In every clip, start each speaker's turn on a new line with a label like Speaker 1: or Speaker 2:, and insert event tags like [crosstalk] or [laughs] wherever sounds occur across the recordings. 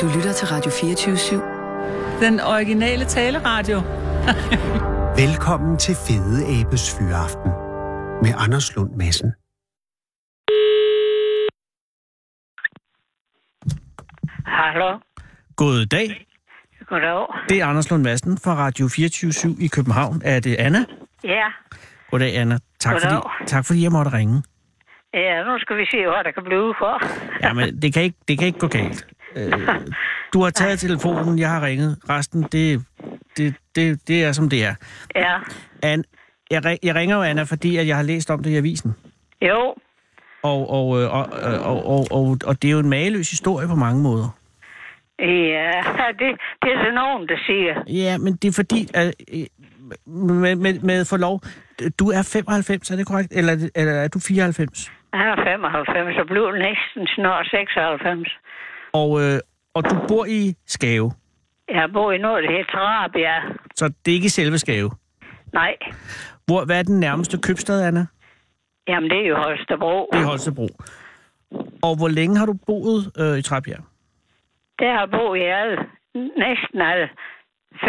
Speaker 1: Du lytter til Radio 24 /7.
Speaker 2: Den originale taleradio.
Speaker 3: Velkommen til Fede Abes Fyraften med Anders Lund Madsen.
Speaker 4: Hallo,
Speaker 5: God dag.
Speaker 4: goddag.
Speaker 5: Det er Anders Lund Madsen fra Radio 24 i København. Er det Anna?
Speaker 4: Ja,
Speaker 5: Goddag, Anna. Tak fordi,
Speaker 4: Goddag.
Speaker 5: tak fordi jeg måtte ringe.
Speaker 4: ja, nu skal vi se, hvad der kan blive for.
Speaker 5: Jamen, det kan ikke, det kan ikke gå galt. Øh, du har taget telefonen, jeg har ringet. Resten, det, det, det, det er, som det er.
Speaker 4: Ja,
Speaker 5: An, jeg, ri- jeg ringer jo, Anna, fordi at jeg har læst om det i avisen.
Speaker 4: jo,
Speaker 5: Og, og, øh, og, og, og, og, og, og det er jo en mageløs historie på mange måder.
Speaker 4: ja, det, det er der nogen, der siger.
Speaker 5: Ja, men det er fordi, at, øh, med, med, med forlov, du er 95, er det korrekt? Eller, er det- eller er du 94?
Speaker 4: Han er 95, og bliver næsten snart 96.
Speaker 5: Og, øh, og du bor i Skave,
Speaker 4: Jeg bor i noget, der hedder Trabia.
Speaker 5: så det er ikke i selve Skave.
Speaker 4: Nej,
Speaker 5: Hvor, hvad er den nærmeste købstad, Anna?
Speaker 4: jamen det er jo Holstebro.
Speaker 5: Det er Holstebro. Og hvor længe har du boet øh, i Trapjær?
Speaker 4: Det har jeg boet i alle, næsten alle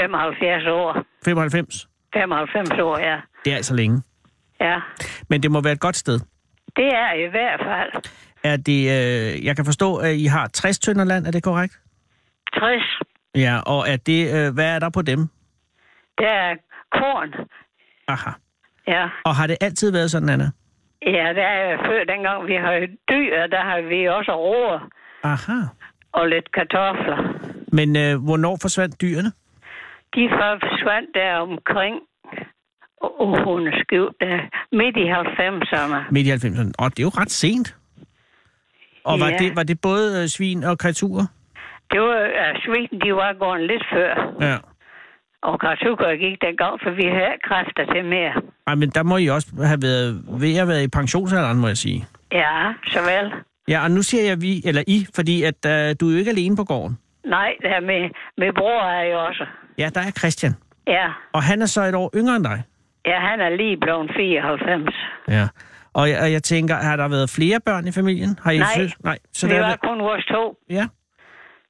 Speaker 4: 75 år.
Speaker 5: 95?
Speaker 4: 95 år, ja.
Speaker 5: Det er altså længe.
Speaker 4: Ja,
Speaker 5: Men det må være et godt sted.
Speaker 4: det er i hvert fald
Speaker 5: Er det, øh, jeg kan forstå, at I har 60 tønder land, er det korrekt?
Speaker 4: 60.
Speaker 5: Ja, og er det, øh, hvad er der på dem?
Speaker 4: Det er korn.
Speaker 5: Aha.
Speaker 4: Ja,
Speaker 5: Og har det altid været sådan, Anna?
Speaker 4: Ja, der er jeg før dengang vi havde dyr, der har vi også roer
Speaker 5: Aha.
Speaker 4: og lidt kartofler.
Speaker 5: Men øh, hvornår forsvandt dyrene?
Speaker 4: De forsvandt der omkring og hun der midt i 90'erne.
Speaker 5: Midt i 90'erne. Og det er jo ret sent. Og var,
Speaker 4: Ja.
Speaker 5: det, var det både øh, svin og kreaturer?
Speaker 4: Det var, at svinen, de var gået lidt før,
Speaker 5: Ja.
Speaker 4: og kartukker gik dengang, for vi havde ikke kræfter til mere.
Speaker 5: Ej, men der må I også have været ved at være i pensionsalderen, må jeg sige.
Speaker 4: Ja, såvel.
Speaker 5: Ja, og nu siger jeg vi, eller I, fordi at, øh, du er jo ikke alene på gården.
Speaker 4: Nej, der med, med bror er jeg også.
Speaker 5: Ja, der er Christian.
Speaker 4: Ja.
Speaker 5: Og han er så et år yngre end dig.
Speaker 4: ja, han er lige blevet 94.
Speaker 5: Ja. Og jeg, og jeg tænker, har der været flere børn i familien? Har I
Speaker 4: Nej.
Speaker 5: søs- Nej. Så
Speaker 4: Så det
Speaker 5: der
Speaker 4: var
Speaker 5: var...
Speaker 4: kun vores to.
Speaker 5: Ja.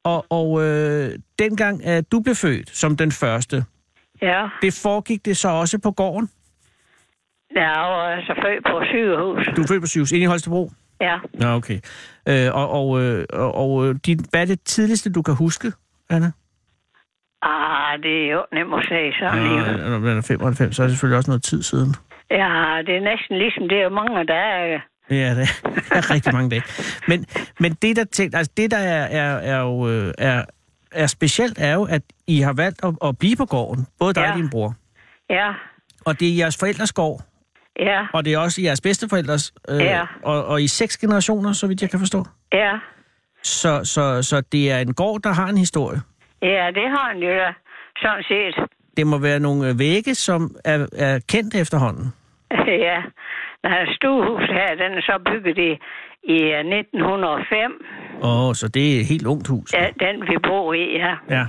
Speaker 5: Og, og øh, dengang øh, du blev født som den første,
Speaker 4: Ja,
Speaker 5: det foregik det så også på gården?
Speaker 4: jeg var så født på sygehus.
Speaker 5: Du er født på sygehus, inde i Holstebro?
Speaker 4: Ja.
Speaker 5: Nå, okay. Øh, og og, øh, og, og øh, din, hvad er det tidligste, du kan huske, Anna?
Speaker 4: Ah, det er jo nemt at sige sådan lige.
Speaker 5: Når man er 95, så er det selvfølgelig også noget tid siden.
Speaker 4: Ja, det er næsten ligesom det er mange, der er. øh,
Speaker 5: Ja, det er [laughs] rigtig mange dage. Men, men det, der, tænkt, altså det, der er, er, er, jo, øh, er, er specielt, er jo, at I har valgt at, at blive på gården. Både dig ja.
Speaker 4: Ja.
Speaker 5: og din bror.
Speaker 4: Ja,
Speaker 5: Og det er jeres forældres gård,
Speaker 4: ja,
Speaker 5: og det er også jeres bedsteforældres. Øh,
Speaker 4: Ja.
Speaker 5: og, og i seks generationer, så vidt jeg kan forstå.
Speaker 4: ja.
Speaker 5: Så, så, så det er en gård, der har en historie.
Speaker 4: Ja, det har han jo da, sådan set. [laughs]
Speaker 5: Det må være nogle øh, vægge, som er, er kendt efterhånden.
Speaker 4: Ja, der er et stuehus her, den er så bygget i, i øh, 1905.
Speaker 5: Åh, så det er et helt ungt hus.
Speaker 4: Ja, den vi bor i, ja.
Speaker 5: Ja.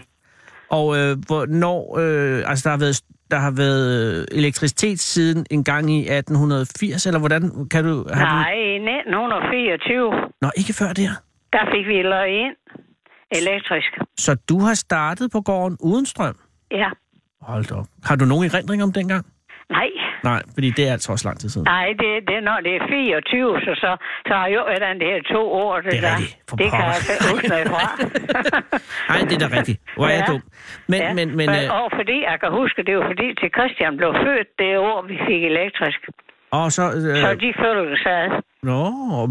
Speaker 5: Og øh, hvornår, øh, altså der har været, der har været øh, elektricitet siden en gang i 1880, eller hvordan kan du... Har
Speaker 4: Nej, i 1924,
Speaker 5: Du, nå, ikke før der.
Speaker 4: der fik vi løg ind elektrisk.
Speaker 5: Så du har startet på gården uden strøm?
Speaker 4: Ja,
Speaker 5: Hold da op. Har du nogen erindring om dengang?
Speaker 4: nej.
Speaker 5: Nej, fordi det er altså også lang tid siden.
Speaker 4: Nej, det, det er når det er 24, så, så, så har jo et andet her to år. Det,
Speaker 5: Det er
Speaker 4: der.
Speaker 5: rigtigt. For
Speaker 4: det kan
Speaker 5: pokker.
Speaker 4: jeg ikke huske noget fra. [laughs]
Speaker 5: Nej, det er da rigtigt. Hvor er jeg
Speaker 4: Ja.
Speaker 5: dum. [laughs] Men, ja. men, men, øh,
Speaker 4: og fordi, jeg kan huske, det var fordi, til Christian blev født det år, vi fik elektrisk.
Speaker 5: og så...
Speaker 4: Øh. Så
Speaker 5: Øh,
Speaker 4: de følte sig ad.
Speaker 5: nå,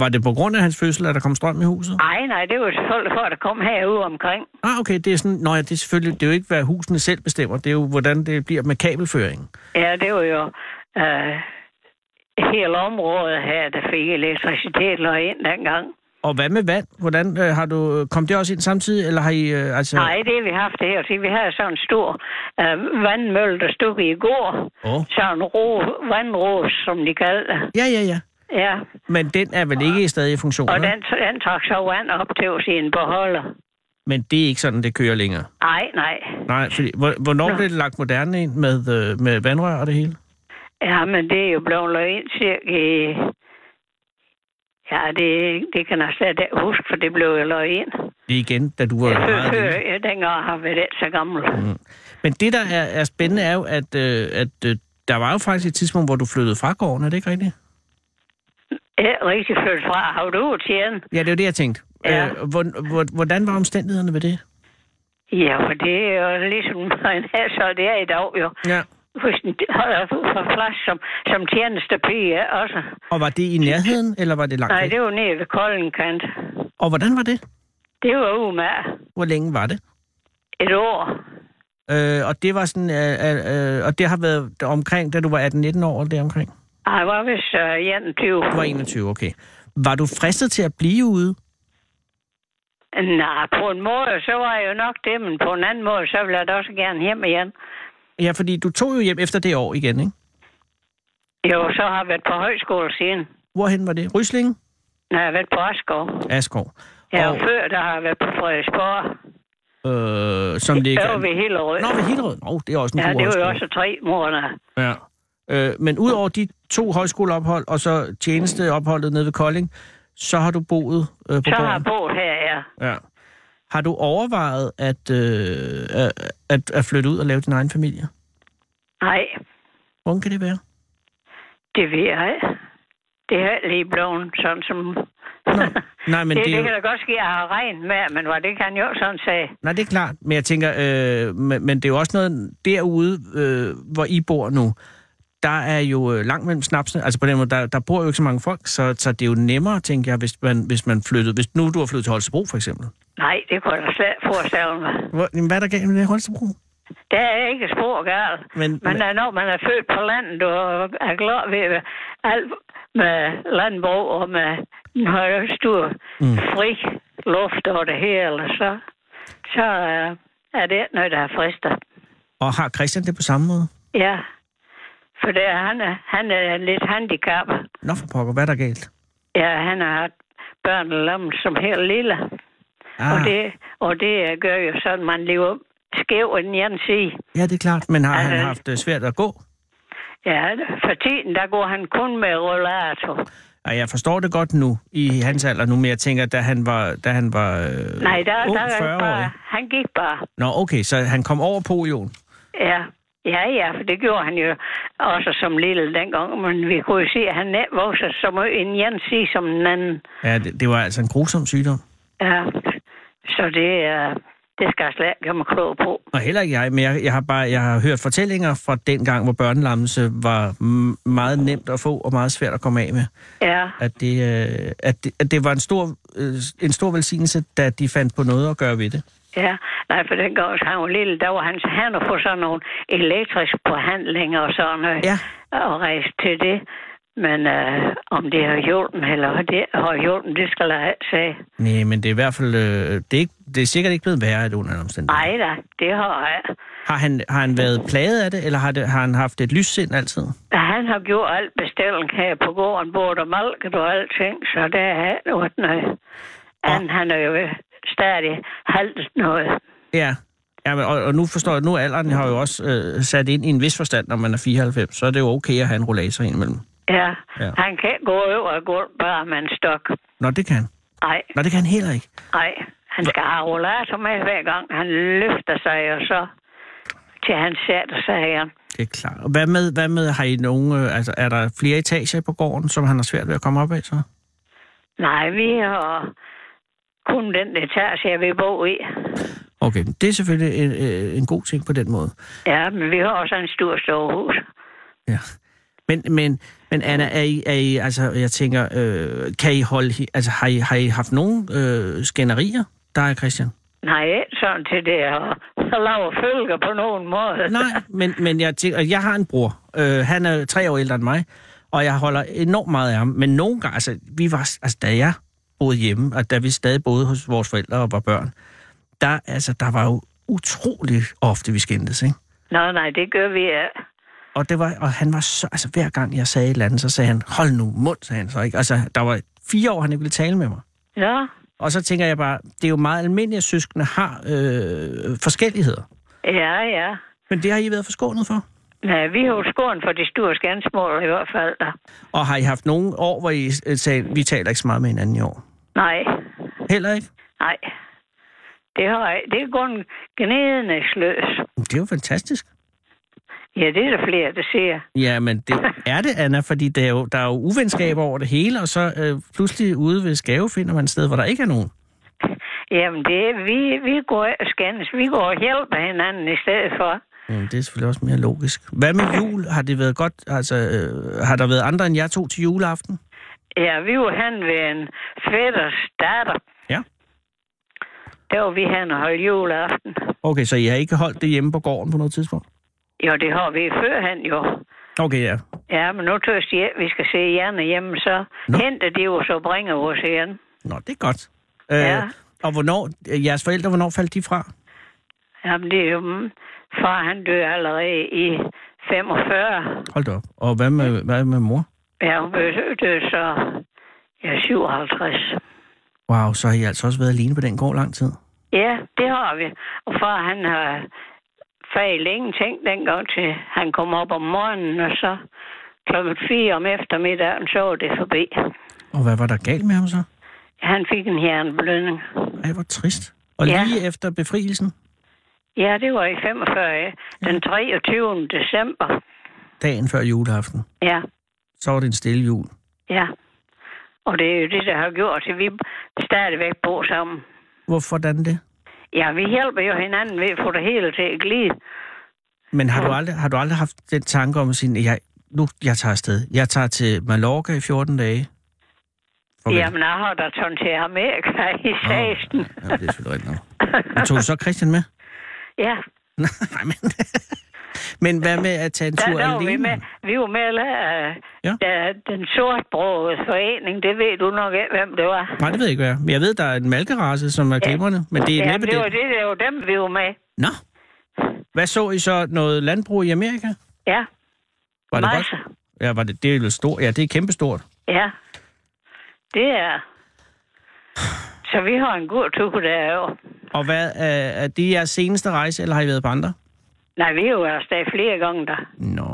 Speaker 5: var det på grund af hans fødsel, at der kom strøm i huset?
Speaker 4: Ej, nej, det var selvfølgelig for, at der kom herude omkring.
Speaker 5: Ah, okay, det er sådan... Nå ja, det er selvfølgelig... Det er jo ikke, hvad husene selv bestemmer. Det er jo, hvordan det bliver med kabelføringen.
Speaker 4: Ja, det var jo øh, hele området her, der fik elektricitet løg ind dengang.
Speaker 5: Og hvad med vand? Hvordan øh, har du øh, kom det også ind samtidig eller har I øh, altså
Speaker 4: Nej, det har vi haft her. Se, vi havde sådan en stor øh, vandmølle, der stod i går.
Speaker 5: Åh.
Speaker 4: Sådan en ro, vandros, som de kaldte det.
Speaker 5: Ja, ja, ja.
Speaker 4: Ja,
Speaker 5: Men den er vel ikke stadig i funktion,
Speaker 4: og
Speaker 5: vel?
Speaker 4: den, den trak så vand op til sin beholder.
Speaker 5: men det er ikke sådan det kører længere.
Speaker 4: Nej, nej.
Speaker 5: Nej, fordi, hvor- hvornår blev det lagt moderne ind med øh, med vandrør og det hele?
Speaker 4: Ja, men det er jo blevet løg ind cirka i- Ja, det, det kan jeg slet ikke huske, for det blev jo løg ind.
Speaker 5: Det er igen, da du var meget lille. Mm.
Speaker 4: Jeg dengang har været ikke så gammel.
Speaker 5: Men det, der er, er spændende, er jo, at, øh, at øh, der var jo faktisk et tidspunkt, hvor du flyttede fra gården, er det ikke rigtigt?
Speaker 4: Ikke rigtig flyttet fra. Har du tjent?
Speaker 5: Ja, det er jo det, jeg tænkte.
Speaker 4: Ja.
Speaker 5: Øh, hvor, hvor, hvordan var omstændighederne ved det?
Speaker 4: Ja, for det er jo ligesom [laughs] en her, så det er i dag jo.
Speaker 5: Ja.
Speaker 4: Hvis den [laughs] holder for plads som, som tjenestepige ikke også.
Speaker 5: Og var det i nærheden, eller var det langt
Speaker 4: Nej,
Speaker 5: væk?
Speaker 4: det var nede ved Koldenkant.
Speaker 5: Og hvordan var det?
Speaker 4: Det var uge med
Speaker 5: Hvor længe var det?
Speaker 4: et år.
Speaker 5: Øh, og det var sådan, øh, øh, øh, og det har været omkring, da du var 18-19 år, eller deromkring?
Speaker 4: Ej, jeg var vist øh, 21.
Speaker 5: Du var 21, okay. Var du fristet til at blive ude?
Speaker 4: Nej, på en måde, så var jeg jo nok det, men på en anden måde, så ville jeg da også gerne hjem igen.
Speaker 5: Ja, fordi du tog jo hjem efter det år igen, ikke?
Speaker 4: Jo, så har jeg været på højskole siden.
Speaker 5: Hvorhen var det? Ryslinge?
Speaker 4: Når jeg har været på Askov.
Speaker 5: Askov.
Speaker 4: Ja,
Speaker 5: Og,
Speaker 4: og før, der har jeg været på Frederiksborg.
Speaker 5: øh, som
Speaker 4: Det
Speaker 5: ligger...
Speaker 4: var ved Hillerød.
Speaker 5: Nå, ved Hillerød. Nå, det er også en
Speaker 4: Ja,
Speaker 5: god
Speaker 4: det var jo
Speaker 5: højskole.
Speaker 4: også tre måneder.
Speaker 5: Ja. Øh, men udover de to højskoleophold, og så tjenesteopholdet nede ved Kolding, så har du boet øh, på
Speaker 4: Så har jeg
Speaker 5: gården.
Speaker 4: boet her, ja.
Speaker 5: Ja. Har du overvejet at, øh, at- at, at flytte ud og lave din egen familie?
Speaker 4: Nej,
Speaker 5: Hvordan kan det være?
Speaker 4: det ved jeg ikke. Det er ikke lige blevet sådan som... [laughs]
Speaker 5: Nå, nej, men
Speaker 4: det,
Speaker 5: det
Speaker 4: det,
Speaker 5: er jo-
Speaker 4: kan da godt ske, at jeg har regnet med, men var det kan jeg jo sådan sige.
Speaker 5: Nej, det er klart. Men jeg tænker, øh, men, men det er jo også noget derude, øh, hvor I bor nu. Der er jo øh, langt mellem snapsene. Altså på den måde, der, der bor jo ikke så mange folk, så, så det er jo nemmere, tænker jeg, hvis man, hvis man flyttede. Hvis nu du har flyttet til Holstebro, for eksempel.
Speaker 4: Nej, det kunne jeg da slet ikke forestille mig.
Speaker 5: Hvor, jamen, hvad er der galt med det Holstebro?
Speaker 4: Der er ikke spor galt.
Speaker 5: Men-
Speaker 4: men,
Speaker 5: men-
Speaker 4: men når man er født på landet og er glad ved alt med landbrug og med den høje stor mm. fri luft og det hele, så, så øh, er det ikke noget, der er frister.
Speaker 5: Og har Christian det på samme måde?
Speaker 4: Ja, for det, er- han, er, han er lidt handicappet.
Speaker 5: Nå for pokker, hvad er der galt?
Speaker 4: Ja, han har haft børn og lam som helt lille. Ah. Og, det, og det gør jo sådan, man lever skæv af den ene side.
Speaker 5: Ja, det er klart. Men har han
Speaker 4: Altså-
Speaker 5: haft øh, svært at gå?
Speaker 4: Ja, for tiden, der går han kun med rollator.
Speaker 5: Og jeg forstår det godt nu, i hans alder nu, men jeg tænker, da han var, da han var øh,
Speaker 4: Nej, der,
Speaker 5: ung,
Speaker 4: der er
Speaker 5: 40
Speaker 4: han bare,
Speaker 5: år.
Speaker 4: han gik bare.
Speaker 5: Nå, okay, så han kom over polioen.
Speaker 4: Ja. ja, ja, for det gjorde han jo også som lille dengang, men vi kunne jo se, at han ikke voksede så meget en ene side som den anden.
Speaker 5: Ja, det, det var altså en grusom sygdom.
Speaker 4: Ja. Så det, øh, det skal jeg slet ikke gøre mig klog på.
Speaker 5: Og heller ikke jeg, men jeg, jeg har bare jeg har hørt fortællinger fra dengang, hvor børnelammelse var m- meget nemt at få og meget svært at komme af med.
Speaker 4: Ja,
Speaker 5: At det, øh, at det, at det var en stor, øh, en stor velsignelse, da de fandt på noget at gøre ved det.
Speaker 4: ja. Nej, for dengang han var lille, der var hans hænder på sådan nogle elektriske behandlinger og sådan noget.
Speaker 5: Ja.
Speaker 4: Og rejse til det. Men øh, om det har hjulpet, eller om det har hjulpet, det skal jeg ikke sige.
Speaker 5: Nej, men det er i hvert fald øh, det er, ikke, det er sikkert ikke blevet værre, at under alle omstændigheder.
Speaker 4: Nej da, det har jeg.
Speaker 5: Har han, har han været plaget af det, eller har, det, har han haft et lyssind altid?
Speaker 4: Han har gjort alt bestilling her på gården, både og malket og alting, så det er noget noget. Han, han er jo stadig halvt noget.
Speaker 5: Ja. ja men, og, og nu forstår jeg, nu alderen har jo også øh, sat ind i en vis forstand, når man er 94, så er det jo okay at have en rollator indimellem.
Speaker 4: Ja.
Speaker 5: Ja.
Speaker 4: ja. Han kan ikke gå over gulvet bare med en stok.
Speaker 5: Nå, det kan han.
Speaker 4: Nej,
Speaker 5: Nå, det kan han heller ikke.
Speaker 4: nej. Han skal have rollator med hver gang. Han løfter sig, og så til han sætter sig igen.
Speaker 5: Det er klart. Og Hvad med, hvad med har I nogen, øh, altså er der flere etager på gården, som han har svært ved at komme op af så?
Speaker 4: Nej, vi har kun den etage, vi bor i.
Speaker 5: Okay, men det er selvfølgelig en, øh, en god ting på den måde.
Speaker 4: Ja, men vi har også en stor sovehus.
Speaker 5: Ja. Men, men, men Anna, er I, er I, altså jeg tænker, øh, kan I holde, hi- altså har I, har I haft nogen øh, skænderier, der er Christian?
Speaker 4: Nej, ikke sådan til det at lave følger på nogen måde.
Speaker 5: Nej, men, men jeg, tænker, jeg har en bror. Øh, han er tre år ældre end mig, og jeg holder enormt meget af ham. Men nogle gange, altså, vi var, altså da jeg boede hjemme, og da vi stadig boede hos vores forældre og var børn, der, altså, der var jo utrolig ofte, vi skændtes, ikke?
Speaker 4: Nej, nej, det gør vi ikke.
Speaker 5: Og, det var, og han var så, altså hver gang jeg sagde et eller andet, så sagde han, hold nu mund, sagde han så, ikke? Altså, der var fire år, han ikke ville tale med mig.
Speaker 4: Ja,
Speaker 5: Og så tænker jeg bare, det er jo meget almindeligt, at søskende har øh, forskelligheder.
Speaker 4: ja, ja.
Speaker 5: Men det har I været forskånet for?
Speaker 4: Nej, vi har jo skåren for de store skændsmål i hvert fald. da. Og
Speaker 5: Og har I haft nogle år, hvor I øh, sagde, vi taler ikke så meget med hinanden i år?
Speaker 4: Nej,
Speaker 5: Heller ikke?
Speaker 4: nej. Det, har, jeg- det er kun gnidende sløs.
Speaker 5: Det er jo fantastisk.
Speaker 4: Ja, det er der flere, der siger.
Speaker 5: Ja, men det er det, Anna, fordi der er jo, der er jo uvenskab over det hele, og så øh, pludselig ude ved Skave finder man et sted, hvor der ikke er nogen.
Speaker 4: Jamen, det, er- vi, vi går ikke og skændes. Vi går og hjælper hinanden i stedet for.
Speaker 5: Jamen, det er selvfølgelig også mere logisk. Hvad med jul? Har det været godt? Altså, øh, har der været andre end jer to til juleaften?
Speaker 4: Ja, vi var hen ved en fætters datter.
Speaker 5: Ja.
Speaker 4: Der var vi hen og holdt juleaften.
Speaker 5: Okay, så I har ikke holdt det hjemme på gården på noget tidspunkt?
Speaker 4: Jo, det har vi førhen jo.
Speaker 5: Okay, ja.
Speaker 4: Ja, men nu tøs de, at vi skal se Janne hjemme, så
Speaker 5: Nå.
Speaker 4: Nå. henter de jo så bringer os igen.
Speaker 5: Nå, det er godt. Øh,
Speaker 4: Ja.
Speaker 5: Og hvornår, øh, jeres forældre, hvornår faldt de fra?
Speaker 4: Jamen, det er jo... mm, Far, han døde allerede i 45.
Speaker 5: Hold da op. Og hvad med, hvad med mor?
Speaker 4: Ja, hun blev- døde så... Ja, 57.
Speaker 5: Wow, så har I altså også været alene på den gård lang tid.
Speaker 4: Ja, det har vi. Og far, han har fejl ingenting dengang til han kom op om morgenen, og så klokken 4 om eftermiddagen, så var det forbi.
Speaker 5: Og hvad var der galt med ham så?
Speaker 4: Han fik en hjerneblødning.
Speaker 5: Ej, hvor trist. Og
Speaker 4: Ja.
Speaker 5: lige efter befrielsen,
Speaker 4: Ja, det var i 45. ja. Den 23. december.
Speaker 5: dagen før juleaften,
Speaker 4: Ja,
Speaker 5: så var det en stille jul.
Speaker 4: ja. Og det er jo det, der har gjort, at vi stadigvæk bor sammen.
Speaker 5: Hvorfor hvordan det?
Speaker 4: Ja, vi hjælper jo hinanden ved at få det hele til at glide.
Speaker 5: Men har, du aldrig, har du aldrig haft den tanke om at sige, jeg, nu jeg tager afsted. Jeg tager til Mallorca i 14 dage. Farvel.
Speaker 4: Jamen, jeg har da sådan til Amerika i 16.
Speaker 5: Ja, det er selvfølgelig rigtigt nok. Men Tog du så Christian med? [laughs]
Speaker 4: Ja,
Speaker 5: Nej, men... men hvad med at tage en
Speaker 4: der,
Speaker 5: tur
Speaker 4: der var
Speaker 5: alene?
Speaker 4: vi med. Vi var med af
Speaker 5: Ja.
Speaker 4: ja. den sortbrogede forening. Det ved du nok ikke, hvem det var.
Speaker 5: Nej, det ved jeg ikke, hvad jeg er. Men jeg ved, der er en malkerace, som er glimrende, men det er
Speaker 4: Ja,
Speaker 5: næppe
Speaker 4: det var
Speaker 5: det.
Speaker 4: det, det var dem, vi var med.
Speaker 5: Nå. Hvad så I så? Noget landbrug i Amerika?
Speaker 4: Ja,
Speaker 5: Var det
Speaker 4: masser.
Speaker 5: godt? Ja, var det, det er jo stort. Ja, det er kæmpestort.
Speaker 4: Ja, det er... Så vi har en god tur derovre.
Speaker 5: Og hvad, øh, er det jeres seneste rejse, eller har I været på andre?
Speaker 4: Nej, vi er jo afsted flere gange der.
Speaker 5: Nå,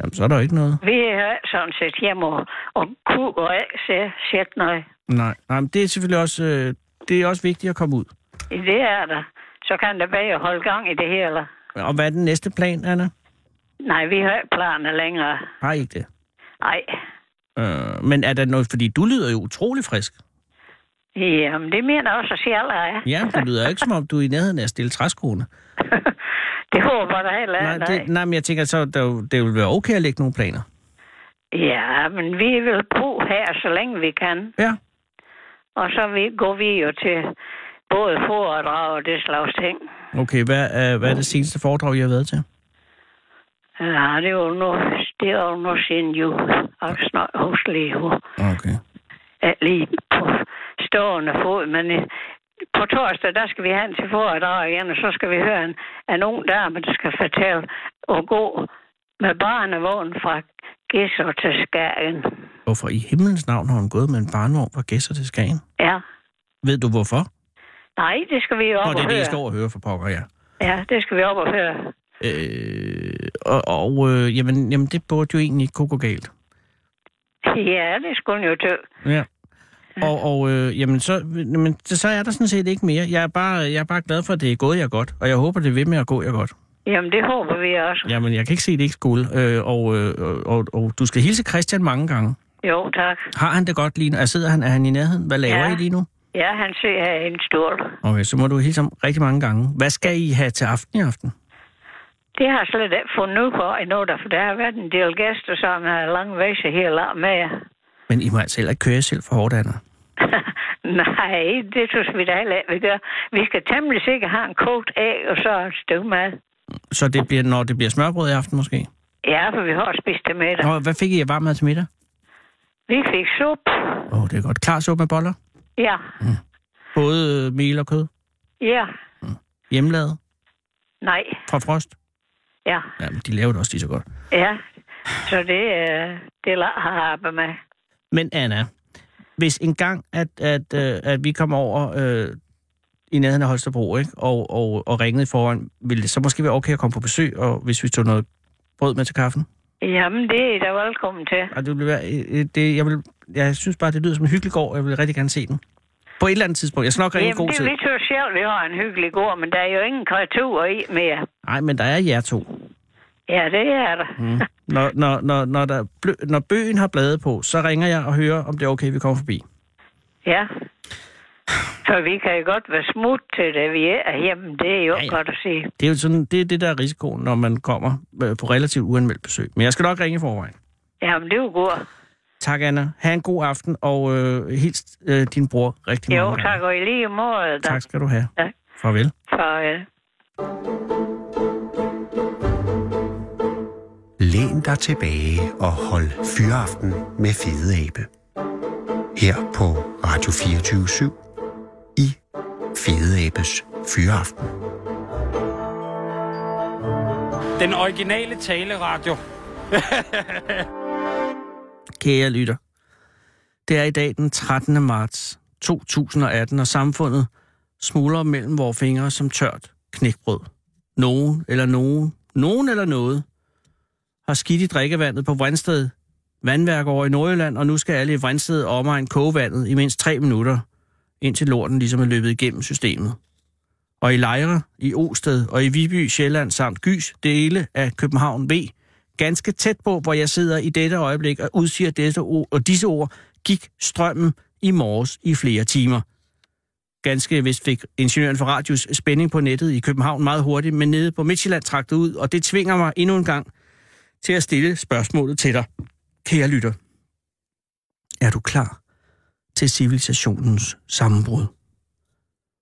Speaker 5: jamen, så er der jo ikke noget.
Speaker 4: Vi er ikke sådan set hjemme og, og kunne og ikke se sæt noget.
Speaker 5: Nej, nej men det er selvfølgelig også, øh, det er også vigtigt at komme ud.
Speaker 4: Det er der. Så kan der være holde gang i det hele.
Speaker 5: Og hvad er den næste plan, Anna?
Speaker 4: Nej, vi har ikke planer længere.
Speaker 5: Har I ikke det?
Speaker 4: Nej.
Speaker 5: Øh, men er der noget, fordi du lyder jo utrolig frisk.
Speaker 4: Jamen, det mener jeg også at sige allerede.
Speaker 5: Ja, du lyder ikke som om, du er i nærheden af at stille træskoene.
Speaker 4: Det håber der heller
Speaker 5: Nej,
Speaker 4: ikke.
Speaker 5: det, nej men jeg tænker så, der, jo- det vil være okay at lægge nogle planer.
Speaker 4: Ja, men vi vil bo her, så længe vi kan.
Speaker 5: Ja.
Speaker 4: Og så vi, går vi jo til både foredrag og det slags ting.
Speaker 5: Okay, hvad, øh, hvad er det seneste foredrag, jeg har været til?
Speaker 4: Ja, det er jo nu, det er jo altså, nu siden jul. Og snart hos Leo.
Speaker 5: Okay.
Speaker 4: Ikke lige på stående fod, men øh, på torsdag, der skal vi hen til foredrag igen, og så skal vi høre en, en ung dame, der skal fortælle at gå med barnevogn fra Gisser til Skagen.
Speaker 5: Hvorfor i himlens navn har hun gået med en barnvogn fra gæster til Skagen?
Speaker 4: Ja.
Speaker 5: Ved du hvorfor?
Speaker 4: Nej, det skal vi op
Speaker 5: Nå, det er
Speaker 4: og
Speaker 5: det,
Speaker 4: høre.
Speaker 5: I står og hører for pokker, ja.
Speaker 4: Ja, det skal vi op og høre.
Speaker 5: Øh, og og øh, jamen, jamen, det burde jo egentlig ikke kunne gå galt.
Speaker 4: Ja, det skulle den jo dø.
Speaker 5: Ja. Og, og øh, jamen, så, jamen, så så er der sådan set ikke mere. Jeg er bare, jeg er bare glad for, at det er gået jer godt, og jeg håber, det er ved med at gå jer godt.
Speaker 4: Jamen, det håber vi også.
Speaker 5: Jamen, jeg kan ikke se, at det ikke skulle. Øh, og, øh, og, og, og, du skal hilse Christian mange gange.
Speaker 4: Jo, tak.
Speaker 5: Har han det godt lige nu? Er, sidder han, er han i nærheden? Hvad laver
Speaker 4: Ja.
Speaker 5: I lige nu?
Speaker 4: Ja, han ser her en stol.
Speaker 5: Okay, så må du hilse ham rigtig mange gange. Hvad skal I have til aften i aften?
Speaker 4: Det har jeg slet ikke fundet ud på endnu, der, for der har været en del gæster, som har lang væse her med.
Speaker 5: Men I må altså heller ikke køre jer selv for hårdt, Anna.
Speaker 4: Nej, det synes vi da heller ikke, vi gør. Vi skal temmelig sikkert have en kogt æg og så et stykke mad.
Speaker 5: Så det bliver, når det bliver smørbrød i aften måske?
Speaker 4: Ja, for vi har spist det med
Speaker 5: Nå, hvad fik I af varm mad til middag?
Speaker 4: Vi fik sup.
Speaker 5: Åh, oh, det er godt. Klar suppe med boller?
Speaker 4: Ja,
Speaker 5: Mm. Både øh, mel og kød?
Speaker 4: ja,
Speaker 5: Hjemmelavet?
Speaker 4: nej,
Speaker 5: Fra frost?
Speaker 4: ja,
Speaker 5: Ja, men de laver det også lige så godt.
Speaker 4: ja. Så det, øh, det la- har jeg arbejdet med.
Speaker 5: Men Anna, hvis en gang, at, at, øh, at vi kom over øh, i nærheden af Holstebro, ikke? Og, og, og ringede i forhånd, ville det så måske være okay at komme på besøg, og hvis vi tog noget brød med til kaffen?
Speaker 4: Jamen, det er I da velkommen til.
Speaker 5: Og det ville være, øh, øh, det, jeg, vil, jeg synes bare, det lyder som en hyggelig gård, og jeg vil rigtig gerne se den. På et eller andet tidspunkt. Jeg skal nok ringe en
Speaker 4: Jamen,
Speaker 5: god
Speaker 4: det
Speaker 5: tid.
Speaker 4: er lidt så sjovt, vi har en hyggelig gård, men der er jo ingen kreaturer i mere.
Speaker 5: Nej, men der er jer to.
Speaker 4: Ja, det er der. Mm.
Speaker 5: Når, når, når, når, der blø, når bøgen har blade på, så ringer jeg og hører, om det er okay, vi kommer forbi.
Speaker 4: [laughs] Ja. Så vi kan jo godt være smut til det, vi er hjemme. Det er jo
Speaker 5: Ja,
Speaker 4: ja,
Speaker 5: ja.
Speaker 4: ja. godt at sige.
Speaker 5: Det er jo sådan, det, er det der er risikoen, når man kommer øh, på relativt uanmeldt besøg. Men jeg skal nok ringe i forvejen.
Speaker 4: Jamen, det er jo godt.
Speaker 5: Tak, Anna. Ha' en god aften, og øh, hils øh, din bror rigtig
Speaker 4: Jo,
Speaker 5: meget.
Speaker 4: tak og i lige måde. da.
Speaker 5: Tak skal du have.
Speaker 4: Ja.
Speaker 5: Farvel.
Speaker 4: For, øh,
Speaker 3: Læn dig tilbage og hold fyraften med Fede Abe. Her på Radio 24 i Fede Abes Fyraften.
Speaker 1: Den originale taleradio.
Speaker 5: Kære lytter, det er i dag den 13. marts 2018, og samfundet smuldrer mellem vores fingre som tørt knækbrød. Nogen eller nogen, nogen eller noget, har skidt i drikkevandet på Vrindsted, vandværk over i Nordjylland, og nu skal alle i Vrindsted og omegn koge vandet i mindst tre minutter, indtil lorten ligesom er løbet igennem systemet. Og i Lejre, i Osted og i Viby, Sjælland samt Gys, dele af København V, ganske tæt på, hvor jeg sidder i dette øjeblik og udsiger dette ord, og disse ord, gik strømmen i morges i flere timer. Ganske vist fik ingeniøren for radios spænding på nettet i København meget hurtigt, men nede på Midtjylland trak det ud, og det tvinger mig endnu en gang til at stille spørgsmålet til dig. Kære lytter, er du klar til civilisationens sammenbrud?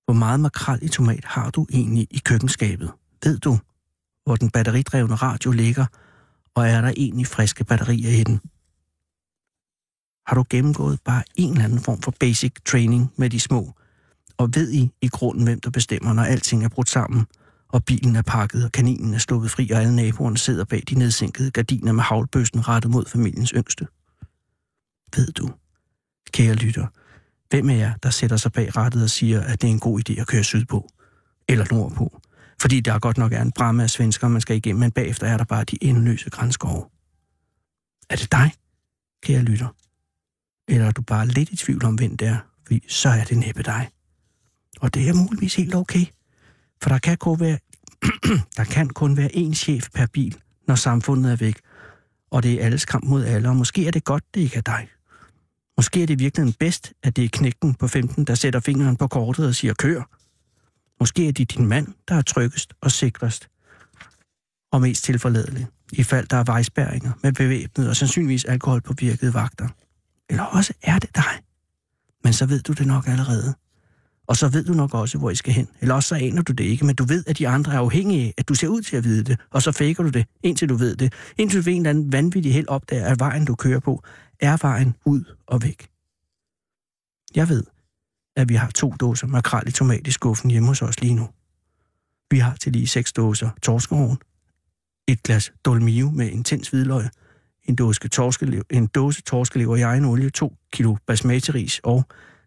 Speaker 5: Hvor meget makrel i tomat har du egentlig i køkkenskabet? Ved du, hvor den batteridrevne radio ligger, og er der egentlig friske batterier i den? Har du gennemgået bare en eller anden form for basic training med de små? Og ved I i grunden, hvem der bestemmer, når alting er brudt sammen, og bilen er pakket, og kaninen er sluppet fri, og alle naboerne sidder bag de nedsænkede gardiner med havlbøsten rettet mod familiens yngste? Ved du, kære lytter, hvem er jer, der sætter sig bag rattet og siger, at det er en god idé at køre sydpå? Eller nordpå? Fordi der godt nok er en bramme af svensker, man skal igennem, men bagefter er der bare de endeløse grænskove. Er det dig, kære lytter? Eller er du bare lidt i tvivl om, hvem det er? Fordi så er det næppe dig. Og det er muligvis helt okay. For der kan kun være, [clears throat] der kan kun være én chef per bil, når samfundet er væk. Og det er alles kamp mod alle, og måske er det godt, det ikke er dig. Måske er det virkelig bedst, at det er knægten på 15, der sætter fingeren på kortet og siger kør. Måske er det din mand, der er tryggest og sikrest og mest tilforladelig, i fald der er vejspæringer med bevæbnede og sandsynligvis alkohol på virkede vagter. Eller også er det dig. Men så ved du det nok allerede. Og så ved du nok også, hvor I skal hen. Eller også så aner du det ikke, men du ved, at de andre er afhængige af, at du ser ud til at vide det. Og så faker du det, indtil du ved det. Indtil du ved en eller anden vanvittig held opdager, at vejen, du kører på, er vejen ud og væk. Jeg ved, at vi har to dåser makrel i tomat i skuffen hjemme hos os lige nu. Vi har til lige seks dåser torskehorn, et glas dolmio med intens hvidløg, en dåse, torskelev, en dåse torskelever i egen olie, to kilo basmati-ris og,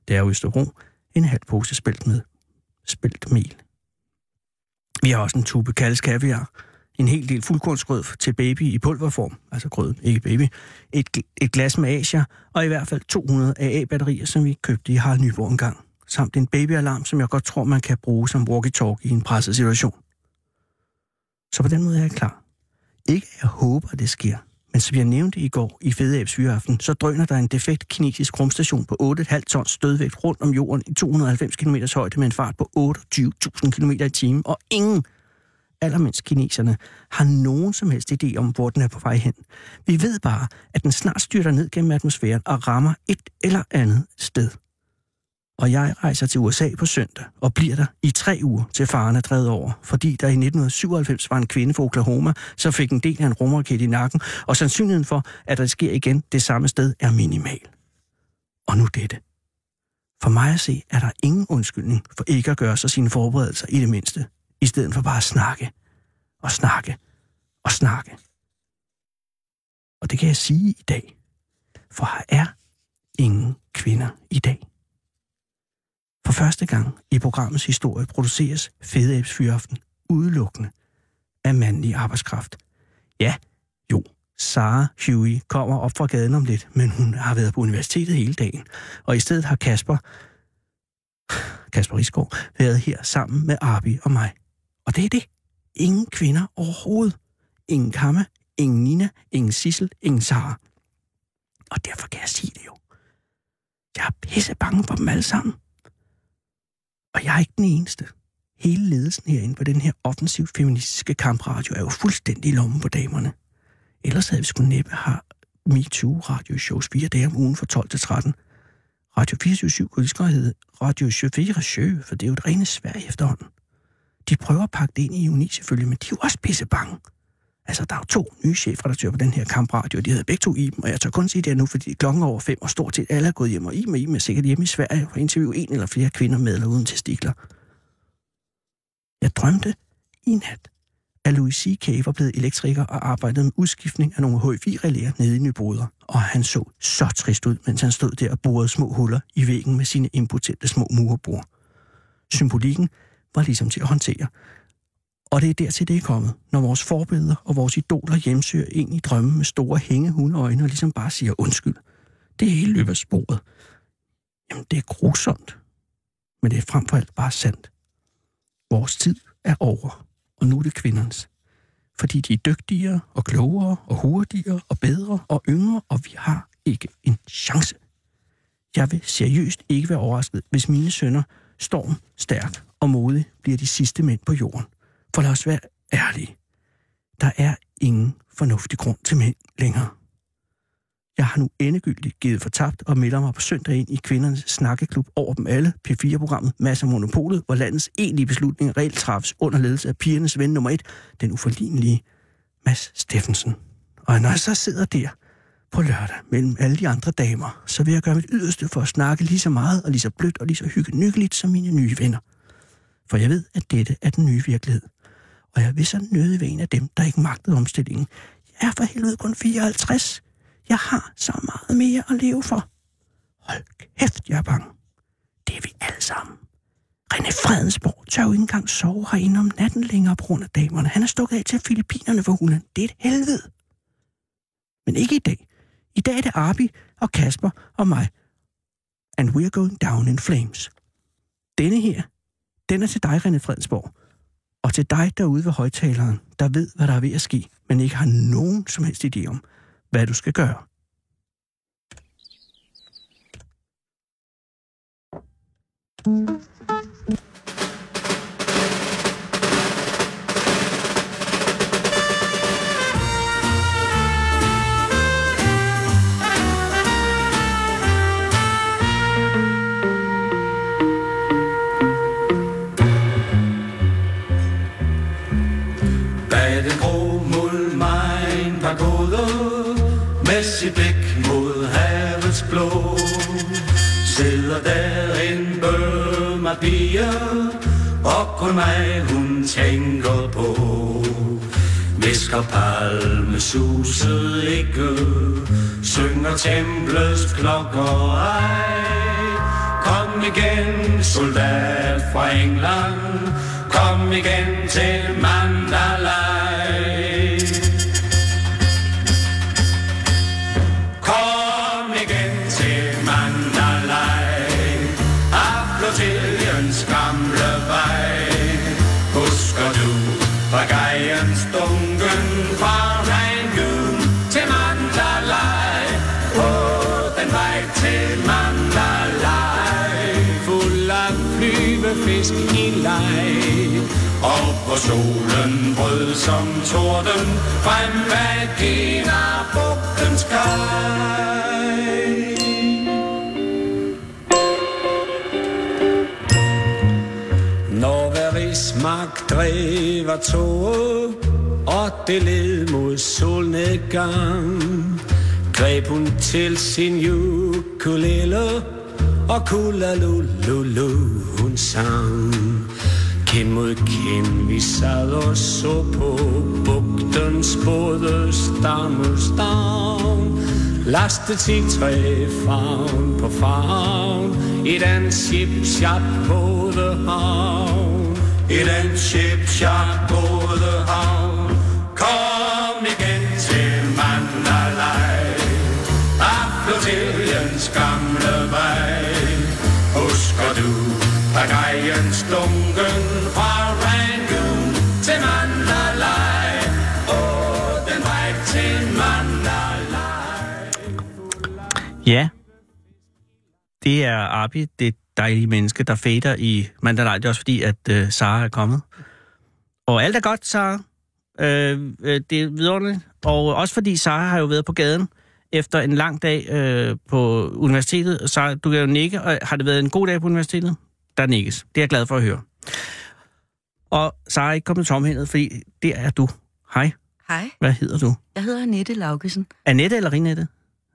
Speaker 5: det er jo Østerbro, en halv pose spældt med spældt mel. Vi har også en tube kaldes kaviar, en hel del fuldkornsgrød til baby i pulverform, altså grød, ikke baby, et, gl- et glas med Asia, og i hvert fald 200 AA-batterier, som vi købte i Harald Nyborg engang, samt en babyalarm, som jeg godt tror, man kan bruge som walkie-talkie i en presset situation. Så på den måde er jeg klar. Ikke at jeg håber, at det sker, men som jeg nævnte i går i Fede Abs Fyraften, så drøner der en defekt kinesisk rumstation på 8,5 tons stødvægt rundt om jorden i 290 km højde med en fart på 28.000 km i timen, og ingen allermindst kineserne, har nogen som helst idé om, hvor den er på vej hen. Vi ved bare, at den snart styrter ned gennem atmosfæren og rammer et eller andet sted. Og jeg rejser til USA på søndag og bliver der i tre uger, til faren er drevet over, fordi der i 1997 var en kvinde fra Oklahoma, som fik en del af en rumraket i nakken, og sandsynligheden for, at det sker igen det samme sted, er minimal. Og nu dette. For mig at se, er der ingen undskyldning for ikke at gøre sig sine forberedelser i det mindste, i stedet for bare at snakke og snakke og snakke. Og det kan jeg sige i dag, for her er ingen kvinder i dag. For første gang i programmets historie produceres Fede Abes Fyraften udelukkende af mandlig arbejdskraft. Ja, jo, Sara Huey kommer op fra gaden om lidt, men hun har været på universitetet hele dagen, og i stedet har Kasper Kasper Isgaard, været her sammen med Arbi og mig. Og det er det. Ingen kvinder overhovedet. Ingen Kamma, ingen Nina, ingen Sissel, ingen Sara. Og derfor kan jeg sige det jo. Jeg er pisse bange for dem alle sammen. Og jeg er ikke den eneste. Hele ledelsen herinde på den her offensiv feministiske kampradio er jo fuldstændig i lommen på damerne. Ellers havde vi sgu næppe har MeToo radioshows fire dage om ugen fra 12 til 13. Radio 24 kunne lige så godt hedde Radio 24 Sjø, for det er jo et rene Sverige efterhånden. De prøver at pakke det ind i juni selvfølgelig, men de er jo også pisse bange. Altså, der er jo to nye chefredaktører på den her kampradio, og de hedder begge to Iben, og jeg tør kun sige det her nu, fordi klokken er over fem, og stort set alle er gået hjem, og Iben og Iben er sikkert hjemme i Sverige og interviewe en eller flere kvinder med eller uden testikler. Jeg drømte i nat, at Louis C.K. var blevet elektriker og arbejdede med udskiftning af nogle HIV-relæer nede i Nyboder. Og han så så trist ud, mens han stod der og borede små huller i væggen med sine impotente små murerbord. Symbolikken var ligesom til at håndtere. Og det er dertil, det er kommet, når vores forbilleder og vores idoler hjemsøger ind i drømmen med store hængehundeøjne og ligesom bare siger undskyld. Det er helt løbet af sporet. Jamen, det er grusomt. Men det er frem for alt bare sandt. Vores tid er over, og nu er det kvindernes. Fordi de er dygtigere og klogere og hurtigere og bedre og yngre, og vi har ikke en chance. Jeg vil seriøst ikke være overrasket, hvis mine sønner, Storm, Stærk og Modig, bliver de sidste mænd på jorden. For lad os være ærlige. Der er ingen fornuftig grund til mænd længere. Jeg har nu endegyldigt givet for tabt og melder mig på søndag ind i kvindernes snakkeklub over dem alle, P4-programmet Masser af Monopolet, hvor landets egentlige beslutninger reelt træffes under ledelse af pigernes ven nummer et, den uforlignelige Mads Steffensen. Og når jeg så sidder der på lørdag mellem alle de andre damer, så vil jeg gøre mit yderste for at snakke lige så meget og lige så blødt og lige så hyggeligt som mine nye venner. For jeg ved, at dette er den nye virkelighed. Og jeg vil så nøde ved en af dem, der ikke magtede omstillingen. Jeg er for helvede kun 54. Jeg har så meget mere at leve for. Hold kæft, jeg er bange. Det er vi alle sammen. René Fredensborg tør jo ikke engang sove herinde om natten længere på grund af damerne. Han er stukket af til Filippinerne for hunden. Det er et helvede. Men ikke i dag. I dag er det Arbi og Kasper og mig. And we're going down in flames. Denne her, den er til dig, René Fredensborg. Og til dig derude ved højtaleren, der ved, hvad der er ved at ske, men ikke har nogen som helst idé om, hvad du skal gøre.
Speaker 6: Bag den grå muld mig en pagode Med sit blik mod havets blå Sidder der en bømmer pige Og kun mig hun tænker på Visker palme suset ikke Synger templets klokker ej Kom igen, soldat fra England. Kom igen til Mandalay. Kom igen til Mandalay. Aflotiljens gamle vej. Husker du pagajens dunken fra Rangoon til Mandalay? På den vej til Mandalay. Fuld af flyvefisk i leg. Og på solen rød som torden, frem ad Kina bugtens kaj. Når hver rigsmagt drev og tog, og det led mod solnedgang, greb hun til sin ukulele, og kulalululu hun sang. Kind mod kind vi sad og så på bugtens både stam mod stam. Lastet i træ favn på favn i den chip-chap både havn. I den chip-chap både havn. Kom igen til Mandalay. Af flotiljens gamle vej. Husker du Kun fra Rangoon til Mandalay Åh, den vej til Mandalay
Speaker 5: Ja. Det er Arbi, det dejlige menneske, der fader i Mandalay. Det er også fordi, at øh, Sara er kommet. Og alt er godt, Sara. Øh, øh, det er vidunderligt. Og også fordi Sara har jo været på gaden efter en lang dag øh, på universitetet. Sara, du kan jo nikke. Og har det været en god dag på universitetet? Der nikkes. Det er jeg glad for at høre. Og Sara er ikke kommet tomhændet, fordi det er du. Hej,
Speaker 7: Hej,
Speaker 5: hvad hedder du?
Speaker 7: jeg hedder Annette Laugesen.
Speaker 5: Annette eller Rinette?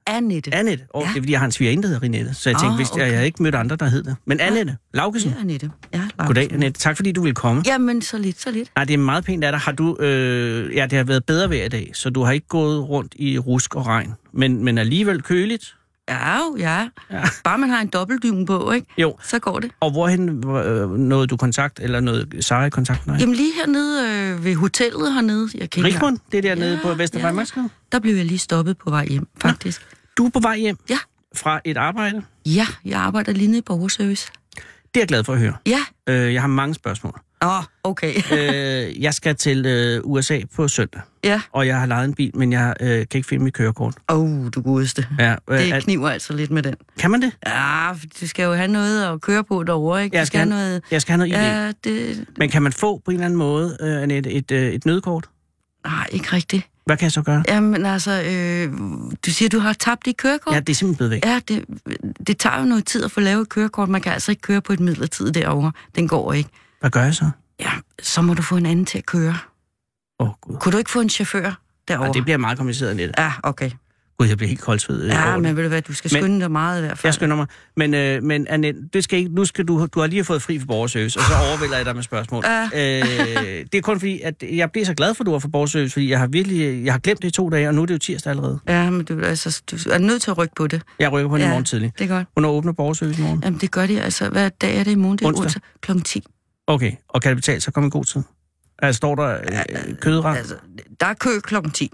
Speaker 7: Annette.
Speaker 5: Annette. Åh, oh,
Speaker 7: Ja.
Speaker 5: det er fordi, jeg har en svigerinde, der hedder Rinette. Så jeg
Speaker 7: Åh,
Speaker 5: tænkte, hvis jeg,
Speaker 7: okay.
Speaker 5: jeg havde ikke mødt andre, der hed det. Men Annette Laugesen.
Speaker 7: Ja, Annette. Ja, Laugesen.
Speaker 5: Goddag, Annette. Tak fordi du ville komme. Ja.
Speaker 7: Jamen, så lidt, så lidt.
Speaker 5: Nej, det er meget pænt af dig. Har du, øh, ja, det har været bedre vejr i dag, så du har ikke gået rundt i rusk og regn. Men, men alligevel køligt.
Speaker 7: Ja, jo, ja.
Speaker 5: Ja.
Speaker 7: ja. Bare man har en dobbeltdyne på, ikke?
Speaker 5: Jo.
Speaker 7: Så går det.
Speaker 5: Og hvorhen øh, nåede du kontakt, eller nåede Sara i kontakt med dig?
Speaker 7: Jamen, lige hernede øh, ved hotellet hernede. Jeg kan ikke
Speaker 5: Rigmund,
Speaker 7: engang-
Speaker 5: det er dernede på Vesterfremadsgade.
Speaker 7: ja. Der blev jeg lige stoppet på vej hjem, faktisk.
Speaker 5: Du er på vej hjem
Speaker 7: Ja.
Speaker 5: fra et arbejde.
Speaker 7: Ja, jeg arbejder lige nede i borgerservice.
Speaker 5: Det er jeg glad for at høre.
Speaker 7: Ja.
Speaker 5: Øh, jeg har mange
Speaker 7: [laughs]
Speaker 5: spørgsmål.
Speaker 7: Åh, oh, okay.
Speaker 5: øh, jeg skal til øh, USA på søndag,
Speaker 7: [laughs] ja.
Speaker 5: og jeg har lejet en bil, men jeg øh, kan ikke finde mit kørekort.
Speaker 7: Åh, oh, du godeste.
Speaker 5: Ja, øh,
Speaker 7: Det
Speaker 5: at-
Speaker 7: kniver altså lidt med den.
Speaker 5: Kan man det?
Speaker 7: Ja, for du skal jo have noget at køre på derovre, ikke? Du
Speaker 5: Jeg skal, have,
Speaker 7: noget...
Speaker 5: jeg skal have noget ID. Ja.
Speaker 7: Ja, det...
Speaker 5: Men kan man få på en eller anden måde øh, Annette, et, øh, et nødkort?
Speaker 7: Nej, ikke rigtigt.
Speaker 5: Hvad kan jeg så gøre?
Speaker 7: Jamen altså, øh, du siger, du har tabt dit kørekort?
Speaker 5: Ja, det er simpelthen blevet væk.
Speaker 7: Ja, det, det tager jo noget tid at få lavet et kørekort. Man kan altså ikke køre på et midlertidigt derovre. Den går ikke.
Speaker 5: Hvad gør jeg så?
Speaker 7: Ja, så må du få en anden til at køre.
Speaker 5: Åh, oh, gud.
Speaker 7: Kunne du ikke få en chauffør derovre?
Speaker 5: Og det bliver meget kompliceret, Annette.
Speaker 7: Ja, okay.
Speaker 5: Gud, jeg bliver helt koldsved. øh,
Speaker 7: Ja,
Speaker 5: over det.
Speaker 7: men ved du hvad, du skal
Speaker 5: Men-
Speaker 7: skynde dig meget i hvert fald.
Speaker 5: Jeg skynder mig. Men, øh, men Annette, det skal ikke, nu skal du, du har lige fået fri for
Speaker 7: [laughs]
Speaker 5: borgerservice, og så overvælder jeg dig med spørgsmål.
Speaker 7: Ja.
Speaker 5: Øh, det er kun fordi, at jeg bliver så glad for, at du har for borgerservice, fordi jeg har virkelig, jeg har glemt det i to dage, og nu er det jo tirsdag allerede.
Speaker 7: Ja, men du, altså, du er nødt til at rykke på det.
Speaker 5: Jeg rykker på den ja.
Speaker 7: ja,
Speaker 5: i morgen tidlig.
Speaker 7: det er godt.
Speaker 5: Hvornår åbner borgerservice i morgen?
Speaker 7: Jamen, det gør det altså. Hvad dag er det i morgen? Det er
Speaker 5: Onsdag.
Speaker 7: onsdag. Klokken 10.
Speaker 5: Okay, og kan det betale sig at komme i god tid? Altså, står der øh, kødret?
Speaker 7: Altså, der er kø klokken 10.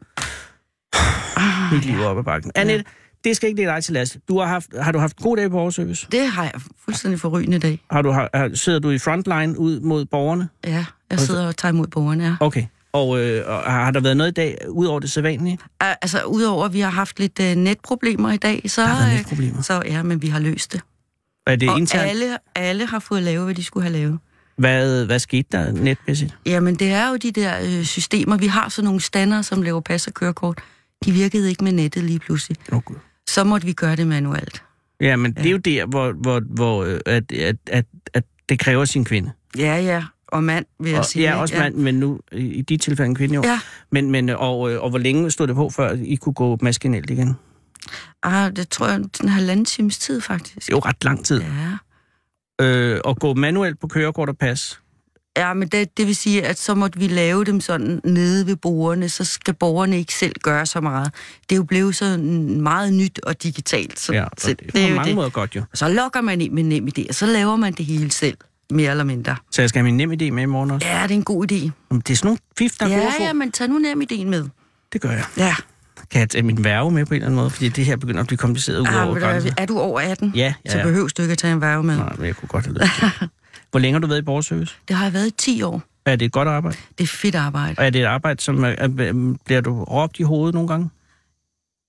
Speaker 5: mit liv op ad bakken. Annette, det skal ikke det dig til last. Du har, haft, har du haft en god dag på borgerservice?
Speaker 7: Det har jeg fuldstændig forrygende i dag.
Speaker 5: Har du, har, har- sidder du i frontline ud mod borgerne?
Speaker 7: Ja, jeg sidder og tager imod borgerne, ja.
Speaker 5: Okay. Og, øh, og har har der været noget i dag, ud over det sædvanlige?
Speaker 7: Ah, Altså, udover at vi har haft lidt øh, netproblemer i dag, så...
Speaker 5: Der har været
Speaker 7: øh,
Speaker 5: netproblemer.
Speaker 7: Så ja, men vi har løst det.
Speaker 5: Er det
Speaker 7: Og
Speaker 5: internt?
Speaker 7: alle, alle har fået lavet, hvad de skulle have lavet.
Speaker 5: Hvad, hvad skete der netmæssigt?
Speaker 7: Jamen, det er jo de der øh, systemer. Vi har sådan nogle standere, som laver pas og kørekort. De virkede ikke med nettet lige pludselig.
Speaker 5: Oh, Gud.
Speaker 7: Så måtte vi gøre det manuelt.
Speaker 5: Ja, men det er jo der, hvor, hvor, hvor øh, at, at, at, at det kræver sin kvinde.
Speaker 7: Ja, ja. Og mand, vil jeg
Speaker 5: Og,
Speaker 7: sige.
Speaker 5: ja,
Speaker 7: ikke?
Speaker 5: også mand, men nu i i dit tilfælde en kvinde jo.
Speaker 7: Ja.
Speaker 5: Men, men, øh, og, øh, og hvor længe stod det på, før I kunne gå maskinelt igen?
Speaker 7: Ah, det tror jeg, den halvanden times tid, faktisk.
Speaker 5: Det er jo ret lang tid.
Speaker 7: Ja.
Speaker 5: Øh, at gå manuelt på kørekort og pas.
Speaker 7: Ja, men det, det vil sige, at så måtte vi lave dem sådan nede ved borgerne, så skal borgerne ikke selv gøre så meget. Det er jo blevet sådan meget nyt og digitalt. Så,
Speaker 5: Ja, og
Speaker 7: så
Speaker 5: det, det er på
Speaker 7: jo
Speaker 5: mange det. måder godt jo.
Speaker 7: Så lokker man ind med nem idé, og så laver man det hele selv, mere eller mindre.
Speaker 5: Så jeg skal have min nem idé med i morgen også.
Speaker 7: Ja, det er en god idé.
Speaker 5: Jamen, Det er sådan nogle fif, der er gode at få.
Speaker 7: Ja, ja, men tag nu nem idéen med.
Speaker 5: Det gør jeg.
Speaker 7: Ja,
Speaker 5: Kan jeg tage min værve med på en eller anden måde? Fordi det her begynder at blive kompliceret ud
Speaker 7: ah,
Speaker 5: over
Speaker 7: ved du, hvad,
Speaker 5: grænsen.
Speaker 7: er du over 18,
Speaker 5: Ja, ja,
Speaker 7: så
Speaker 5: ja.
Speaker 7: behøver du ikke at tage en værve med.
Speaker 5: Nej, men jeg kunne godt have lyst til
Speaker 7: [laughs]
Speaker 5: det. Hvor længe har du været i borgerservice?
Speaker 7: Det har jeg været i 10 år.
Speaker 5: Er det et godt arbejde?
Speaker 7: Det er fedt arbejde.
Speaker 5: Og er det et arbejde, som er, er, bliver du råbt i hovedet nogle gange?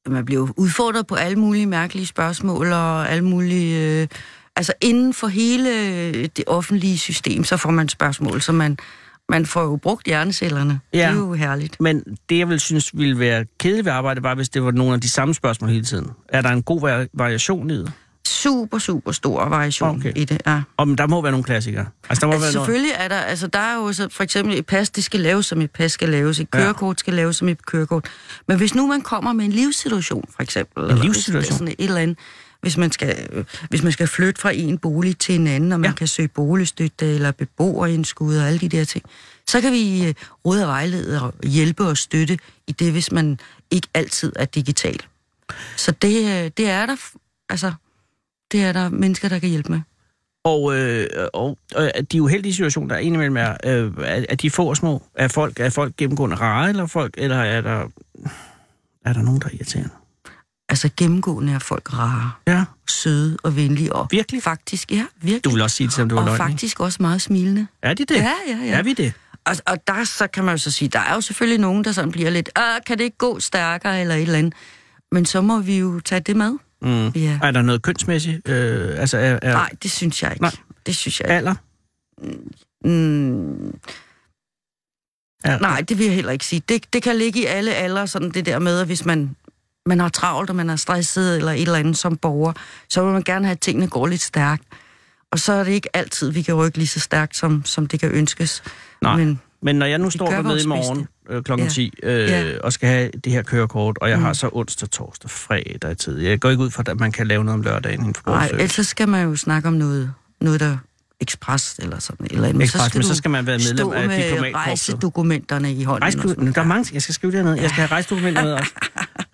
Speaker 7: Man bliver jo udfordret på alle mulige mærkelige spørgsmål og alle mulige... Øh, altså inden for hele øh, det offentlige system, så får man spørgsmål, så man, man får jo brugt hjernecellerne.
Speaker 5: Ja.
Speaker 7: Det er jo herligt.
Speaker 5: Men det, jeg ville synes ville være kedeligt ved arbejdet, var, hvis det var nogle af de samme spørgsmål hele tiden. Er der en god vari- variation i det?
Speaker 7: Super, super stor variation
Speaker 5: Okay.
Speaker 7: okay. i det. Ja.
Speaker 5: Og men der må være nogle klassikere. Altså, der må
Speaker 7: Altså,
Speaker 5: være noget.
Speaker 7: selvfølgelig er der, altså der er jo så, for eksempel et pas, det skal laves, som et pas skal laves, et kørekort skal laves, som et kørekort. Men hvis nu man kommer med en livssituation, for eksempel, en
Speaker 5: livssituation?
Speaker 7: Sådan et eller andet, hvis man, skal, øh, hvis man skal flytte fra en bolig til en anden, og man
Speaker 5: Ja.
Speaker 7: ja. kan søge boligstøtte eller beboerindskud og alle de der ting, så kan vi øh, råde og vejlede og hjælpe og støtte i det, hvis man ikke altid er digital. Så det, øh, det er der, f- altså, det er der mennesker, der kan hjælpe med.
Speaker 5: Og, øh, og øh, de uheldige situationer, der er indimellem er, øh, er, er de få og små. Er folk, er folk gennemgående rare, eller, folk, eller er, der, er der nogen, der er irriterende?
Speaker 7: Altså gennemgående er folk rare,
Speaker 5: Ja.
Speaker 7: søde og venlige. Og
Speaker 5: Virkelig?
Speaker 7: Faktisk, ja, virkelig.
Speaker 5: Du vil også sige det, som du var
Speaker 7: og
Speaker 5: løgn, ikke?
Speaker 7: faktisk også meget smilende.
Speaker 5: Er de det?
Speaker 7: Ja, ja, ja.
Speaker 5: Er vi det?
Speaker 7: Og, og der så kan man jo så sige, der er jo selvfølgelig nogen, der sådan bliver lidt, "Ah, kan det ikke gå stærkere eller et eller andet. Men så må vi jo tage det med.
Speaker 5: Mm.
Speaker 7: Ja.
Speaker 5: Er der noget kønsmæssigt? Øh, altså, er, er
Speaker 7: Nej, det synes jeg ikke.
Speaker 5: Nej.
Speaker 7: Det synes jeg ikke.
Speaker 5: alder?
Speaker 7: Mm,
Speaker 5: Er,
Speaker 7: nej, det vil jeg heller ikke sige. Det, det kan ligge i alle aldre, sådan det der med, at hvis man, man har travlt, og man er stresset eller et eller andet som borger, så vil man gerne have, at tingene går lidt stærkt. Og så er det ikke altid, vi kan rykke lige så stærkt, som, som det kan ønskes.
Speaker 5: Nej.
Speaker 7: Men
Speaker 5: Men når jeg nu står
Speaker 7: gør
Speaker 5: dernede
Speaker 7: vores
Speaker 5: i morgen øh, klokken
Speaker 7: Ja.
Speaker 5: 10 øh,
Speaker 7: Ja. Mm.
Speaker 5: og skal have det her kørekort, og jeg har så onsdag, torsdag, fredag tid. Jeg går ikke ud fra, at man kan lave noget om lørdagen inden for
Speaker 7: nej,
Speaker 5: vores øh,
Speaker 7: ellers så skal man jo snakke om noget, noget der ekspres eller sådan et eller andet.
Speaker 5: Ekspres, men så
Speaker 7: du
Speaker 5: skal man være medlem
Speaker 7: stå
Speaker 5: af
Speaker 7: med
Speaker 5: diplomatkorpset.
Speaker 7: rejsedokumenterne i hånden. og sådan
Speaker 5: Rejsedokumenter.
Speaker 7: noget.
Speaker 5: Der er mange ting. Jeg skal skrive det her ned. Jeg skal have rejsedokumenter med
Speaker 7: [laughs]
Speaker 5: også.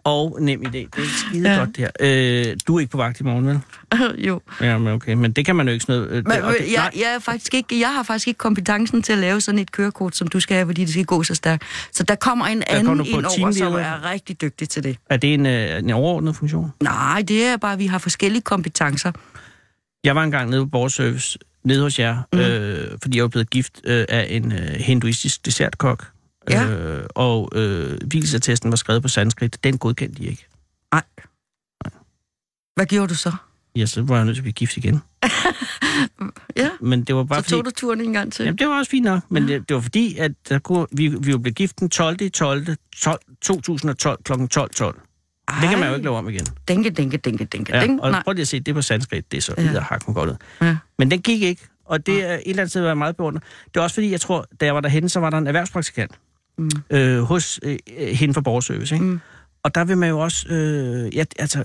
Speaker 5: Og nem idé. Det er skide ja. godt, det her. Øh, du er ikke på vagt i morgen, vel? [laughs]
Speaker 7: jo.
Speaker 5: Ja, men okay. Men det kan man jo ikke sådan noget. øh,
Speaker 7: Men,
Speaker 5: det- og det,
Speaker 7: men, jeg, jeg, er faktisk ikke, jeg har faktisk ikke kompetencen til at lave sådan et kørekort, som du skal have, fordi det skal gå så stærkt. Så der kommer en
Speaker 5: kommer
Speaker 7: anden
Speaker 5: du på
Speaker 7: ind over,
Speaker 5: teamleder.
Speaker 7: som er rigtig dygtig til det.
Speaker 5: Er det en, øh, en overordnet funktion?
Speaker 7: Nej, det er bare, at vi har forskellige kompetencer.
Speaker 5: Jeg var engang nede på borgerservice, nede hos jer,
Speaker 7: Mhm.
Speaker 5: mm. øh, fordi jeg var blevet gift øh, af en øh, hinduistisk dessertkok.
Speaker 7: Ja.
Speaker 5: Øh, og øh, hvilesattesten var skrevet på sanskrit. Den godkendte de ikke.
Speaker 7: Nej. Hvad gjorde du så?
Speaker 5: Ja, så var jeg nødt til at blive gift igen.
Speaker 7: Ja,
Speaker 5: Men det var bare
Speaker 7: så
Speaker 5: fordi...
Speaker 7: tog du turen en gang til.
Speaker 5: Jamen, det var også fint nok, men det, det var fordi, at der kunne, vi, vi jo blev gift den 12. i 12. 12 2012 kl. 12.12. 12. Det kan man jo ikke lave om igen.
Speaker 7: Dænke, dænke, dænke, dænke,
Speaker 5: Ja,
Speaker 7: dænke.
Speaker 5: og
Speaker 7: Nej.
Speaker 5: prøv lige at se, det var sanskrit, det er så
Speaker 7: Ja.
Speaker 5: ja. hakken godt ud.
Speaker 7: Ja.
Speaker 5: Men den gik ikke, og det er et eller andet sted, var jeg meget beundret. Det er også fordi, jeg tror, da jeg var derhen, så var der en erhvervspraktikant mm. øh, hos øh, hende fra Borgerservice. Ikke? Mm. Og der vil man jo også... Øh, ja, altså,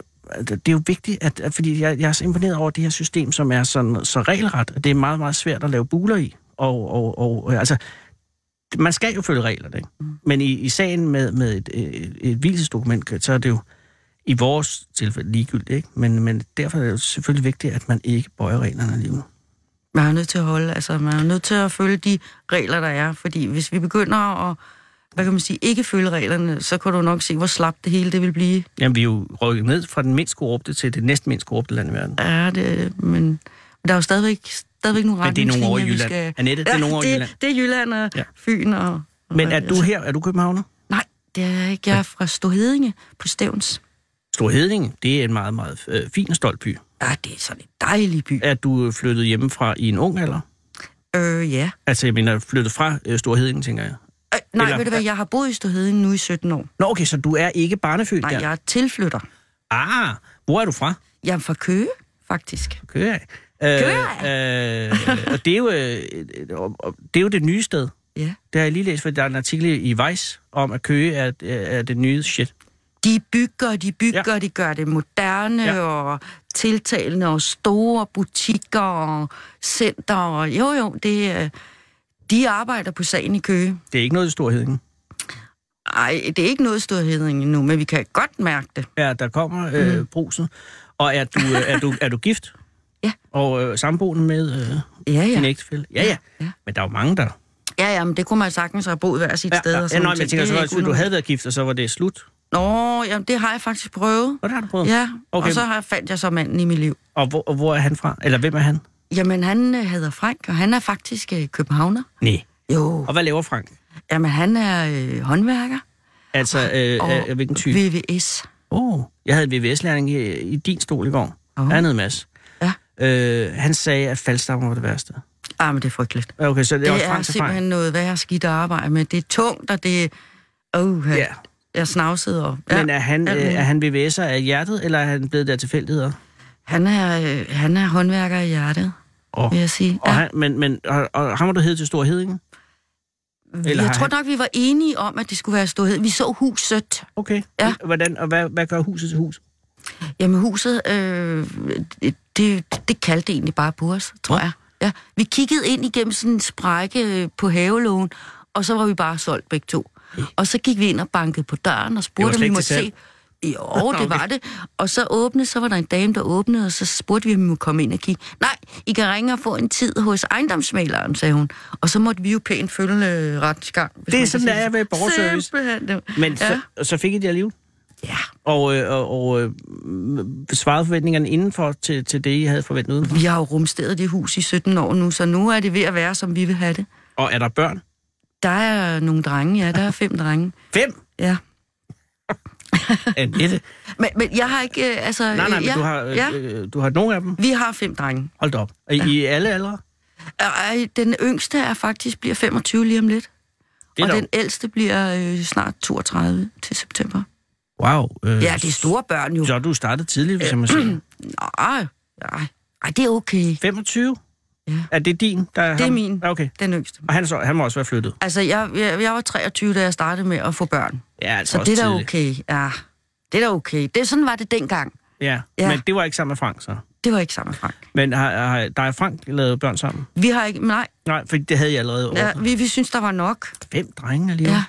Speaker 5: det er jo vigtigt, at, at- fordi jeg, jeg er så imponeret over det her system, som er sådan, så regelret. Det er meget, meget svært at lave buler i. Og, og, og øh, altså, man skal jo følge reglerne, ikke? Mm. Men i, i sagen med, med et, et, et hvilesdokument, så er det jo i vores tilfælde ligegyldigt, ikke? Men, men derfor er det jo selvfølgelig vigtigt, at man ikke bøjer reglerne alligevel.
Speaker 7: Man er nødt til at holde, altså man er nødt til at følge de regler, der er. Fordi hvis vi begynder at, hvad kan man sige, ikke følge reglerne, så kan du nok se, hvor slapt det hele det vil blive.
Speaker 5: Jamen, vi er jo rykket ned fra den mindst korrupte til det næst mindst korrupte land i verden.
Speaker 7: Ja, det, men, men der er jo stadigvæk, stadigvæk nogle
Speaker 5: Men det er nogle over i
Speaker 7: retningslinjer, vi skal...
Speaker 5: Jylland. Annette, det er nogle over i
Speaker 7: det,
Speaker 5: Jylland.
Speaker 7: Det er Jylland og
Speaker 5: Ja.
Speaker 7: ja. Fyn og... og
Speaker 5: Men
Speaker 7: hvad
Speaker 5: er
Speaker 7: det
Speaker 5: du
Speaker 7: så-
Speaker 5: her? Er du københavner?
Speaker 7: Nej, det er jeg ikke. Jeg er fra Storhedinge på Stævns.
Speaker 5: Stor Hedinge, det er en meget, meget øh, fin og stolt by.
Speaker 7: Ja, det er sådan en dejlig by.
Speaker 5: Er du flyttet hjemmefra i en ung alder?
Speaker 7: Øh, ja.
Speaker 5: Altså, jeg mener, flyttet fra øh, Stor Hedinge, tænker jeg.
Speaker 7: Øh, nej,
Speaker 5: Eller-
Speaker 7: ved du hvad, jeg har boet i Storhedinge nu i 17 år.
Speaker 5: Nå, okay, så du er ikke barnefødt
Speaker 7: Nej,
Speaker 5: der?
Speaker 7: jeg er tilflytter.
Speaker 5: Ah, hvor er du fra?
Speaker 7: Jeg er fra Køge, faktisk.
Speaker 5: Køge. Øh, øh, og det er, jo, øh, et- og- og det er jo det nye sted.
Speaker 7: Ja.
Speaker 5: Det har jeg lige læst, for der er en artikel i Vice om, at Køge er, er det nye shit.
Speaker 7: De bygger, de bygger,
Speaker 5: Ja.
Speaker 7: ja. de gør det moderne
Speaker 5: Ja.
Speaker 7: ja. og tiltalende og store butikker og center. Og jo, jo, det, er- de arbejder på sagen i Køge.
Speaker 5: Det er ikke noget i Stor Hedinge.
Speaker 7: Ej, det er ikke noget storhedning endnu, men vi kan godt mærke det.
Speaker 5: Ja, der kommer øh,
Speaker 7: Mm-hmm.
Speaker 5: brusen. Og er du, øh, er, du, er du gift?
Speaker 7: [laughs] Ja.
Speaker 5: Og øh, samboende med øh,
Speaker 7: Ja,
Speaker 5: ja. din
Speaker 7: ja.
Speaker 5: ægtefælle? Ja, ja, ja.
Speaker 7: Ja.
Speaker 5: Men der er jo mange, der...
Speaker 7: Ja, ja, men det kunne man sagtens have boet hver sit
Speaker 5: Ja,
Speaker 7: sted.
Speaker 5: ja,
Speaker 7: og
Speaker 5: ja,
Speaker 7: sådan
Speaker 5: nå,
Speaker 7: nogle
Speaker 5: men jeg
Speaker 7: ting.
Speaker 5: tænker
Speaker 7: Det
Speaker 5: så
Speaker 7: er
Speaker 5: også,
Speaker 7: ikke
Speaker 5: at du
Speaker 7: unormalt.
Speaker 5: havde været gift, og så var det slut.
Speaker 7: Nå, jamen, det har jeg faktisk prøvet.
Speaker 5: Og der har du prøvet.
Speaker 7: Ja, okay.
Speaker 5: Okay.
Speaker 7: og så har, fandt jeg så manden i mit liv.
Speaker 5: Og, hvor, og hvor er han fra? Eller hvem er han?
Speaker 7: Jamen, han øh, hedder Frank, og han er faktisk øh, københavner.
Speaker 5: Nej.
Speaker 7: Jo,
Speaker 5: Og hvad laver Frank?
Speaker 7: jamen, han er øh, håndværker.
Speaker 5: Altså,
Speaker 7: og
Speaker 5: øh, øh, hvilken type? Vi...
Speaker 7: VVS.
Speaker 5: Oh, jeg havde en vvs-læring i, i din stol i går. Oh.
Speaker 7: Åh.
Speaker 5: Han hed Mads.
Speaker 7: Ja.
Speaker 5: Øh, han sagde, at faldstappen var det værste.
Speaker 7: Ah, men det er frygteligt.
Speaker 5: Okay, så det er
Speaker 7: Det
Speaker 5: også
Speaker 7: er
Speaker 5: Franks erfaring.
Speaker 7: simpelthen noget værre skidt at arbejde med. Det er tungt, og det er... Oh,
Speaker 5: Ja.
Speaker 7: jeg er snavset. Og,
Speaker 5: Men er han,
Speaker 7: alt
Speaker 5: øh,
Speaker 7: muligt.
Speaker 5: er han VVS'er af hjertet, eller er han blevet der tilfældigheder?
Speaker 7: Han er, øh, han er håndværker i hjertet,
Speaker 5: Åh.
Speaker 7: vil jeg sige.
Speaker 5: Og, han, men, men, og, og ham var du hed til Stor Hedinge? eller har
Speaker 7: jeg tror
Speaker 5: han-
Speaker 7: nok, vi var enige om, at det skulle være storhed. Vi så huset.
Speaker 5: Okay.
Speaker 7: Ja.
Speaker 5: Hvordan, og hvad, hvad gør huset til hus?
Speaker 7: Jamen huset, øh, det, det kaldte egentlig bare på os, tror jeg. Ja. Vi kiggede ind igennem sådan en sprække øh, på havelågen, og så var vi bare solgt begge to. Og så gik vi ind og bankede på døren og
Speaker 5: Det var
Speaker 7: spurgte, om
Speaker 5: slet
Speaker 7: vi
Speaker 5: ikke
Speaker 7: måtte
Speaker 5: til salg.
Speaker 7: se. Jo, det
Speaker 5: [laughs]
Speaker 7: var det. Og så åbnede, så var der en dame, der åbnede, og så spurgte vi, om vi måtte komme ind og kigge. Nej, I kan ringe og få en tid hos ejendomsmaleren, sagde hun. Og så måtte vi jo pænt følge øh, retsgang. hvis
Speaker 5: Det
Speaker 7: man
Speaker 5: er
Speaker 7: kan
Speaker 5: sådan,
Speaker 7: sige
Speaker 5: det er ved borgerservice.
Speaker 7: Simpelthen.
Speaker 5: Men
Speaker 7: ja.
Speaker 5: så, og så fik I det alligevel?
Speaker 7: Ja.
Speaker 5: Og, øh, og, og øh, m- svarede forventningerne indenfor til, til det, I havde forventet udenfor?
Speaker 7: Vi har jo rumsteret det hus i 17 år nu, så nu er det ved at være, som vi vil have det.
Speaker 5: Og er der børn?
Speaker 7: Der er nogle drenge, ja, der er fem drenge.
Speaker 5: Fem?
Speaker 7: Ja.
Speaker 5: Annette?
Speaker 7: Men, men jeg har ikke, øh, altså...
Speaker 5: [laughs] Nej, nej,
Speaker 7: øh,
Speaker 5: men
Speaker 7: ja,
Speaker 5: du har, øh,
Speaker 7: ja.
Speaker 5: øh, du har nogle af dem.
Speaker 7: Vi har fem drenge.
Speaker 5: Hold da op. Er I i alle aldre?
Speaker 7: Øh, Den yngste er faktisk bliver 25 lige om lidt.
Speaker 5: Det er
Speaker 7: og
Speaker 5: dog-
Speaker 7: den ældste bliver øh, snart 32 til september.
Speaker 5: Wow. Øh,
Speaker 7: Ja, det er store børn jo.
Speaker 5: Så du startede tidligt, hvis jeg må [clears throat] sige.
Speaker 7: Nej, nej. Ej, det er okay.
Speaker 5: 25?
Speaker 7: Ja.
Speaker 5: Er det din? Der er
Speaker 7: Det er
Speaker 5: ham?
Speaker 7: min.
Speaker 5: Ja, Okay.
Speaker 7: Den yngste.
Speaker 5: Og han, så, han må også være flyttet.
Speaker 7: Altså, jeg, jeg, jeg var 23, da jeg startede med at få børn.
Speaker 5: Ja, altså
Speaker 7: Så
Speaker 5: også
Speaker 7: det er da
Speaker 5: tidligt.
Speaker 7: okay. Ja, det er da okay. Det, sådan var det dengang.
Speaker 5: Ja.
Speaker 7: Ja.
Speaker 5: ja, men det var ikke sammen med Frank, så.
Speaker 7: Det var ikke sammen med Frank.
Speaker 5: Men har, har dig og Frank lavet børn sammen?
Speaker 7: Vi har ikke... Nej,
Speaker 5: Nej, for det havde jeg allerede over.
Speaker 7: ja,
Speaker 5: Ja.
Speaker 7: vi, vi synes, der var nok.
Speaker 5: Fem drenge alligevel.
Speaker 7: Ja.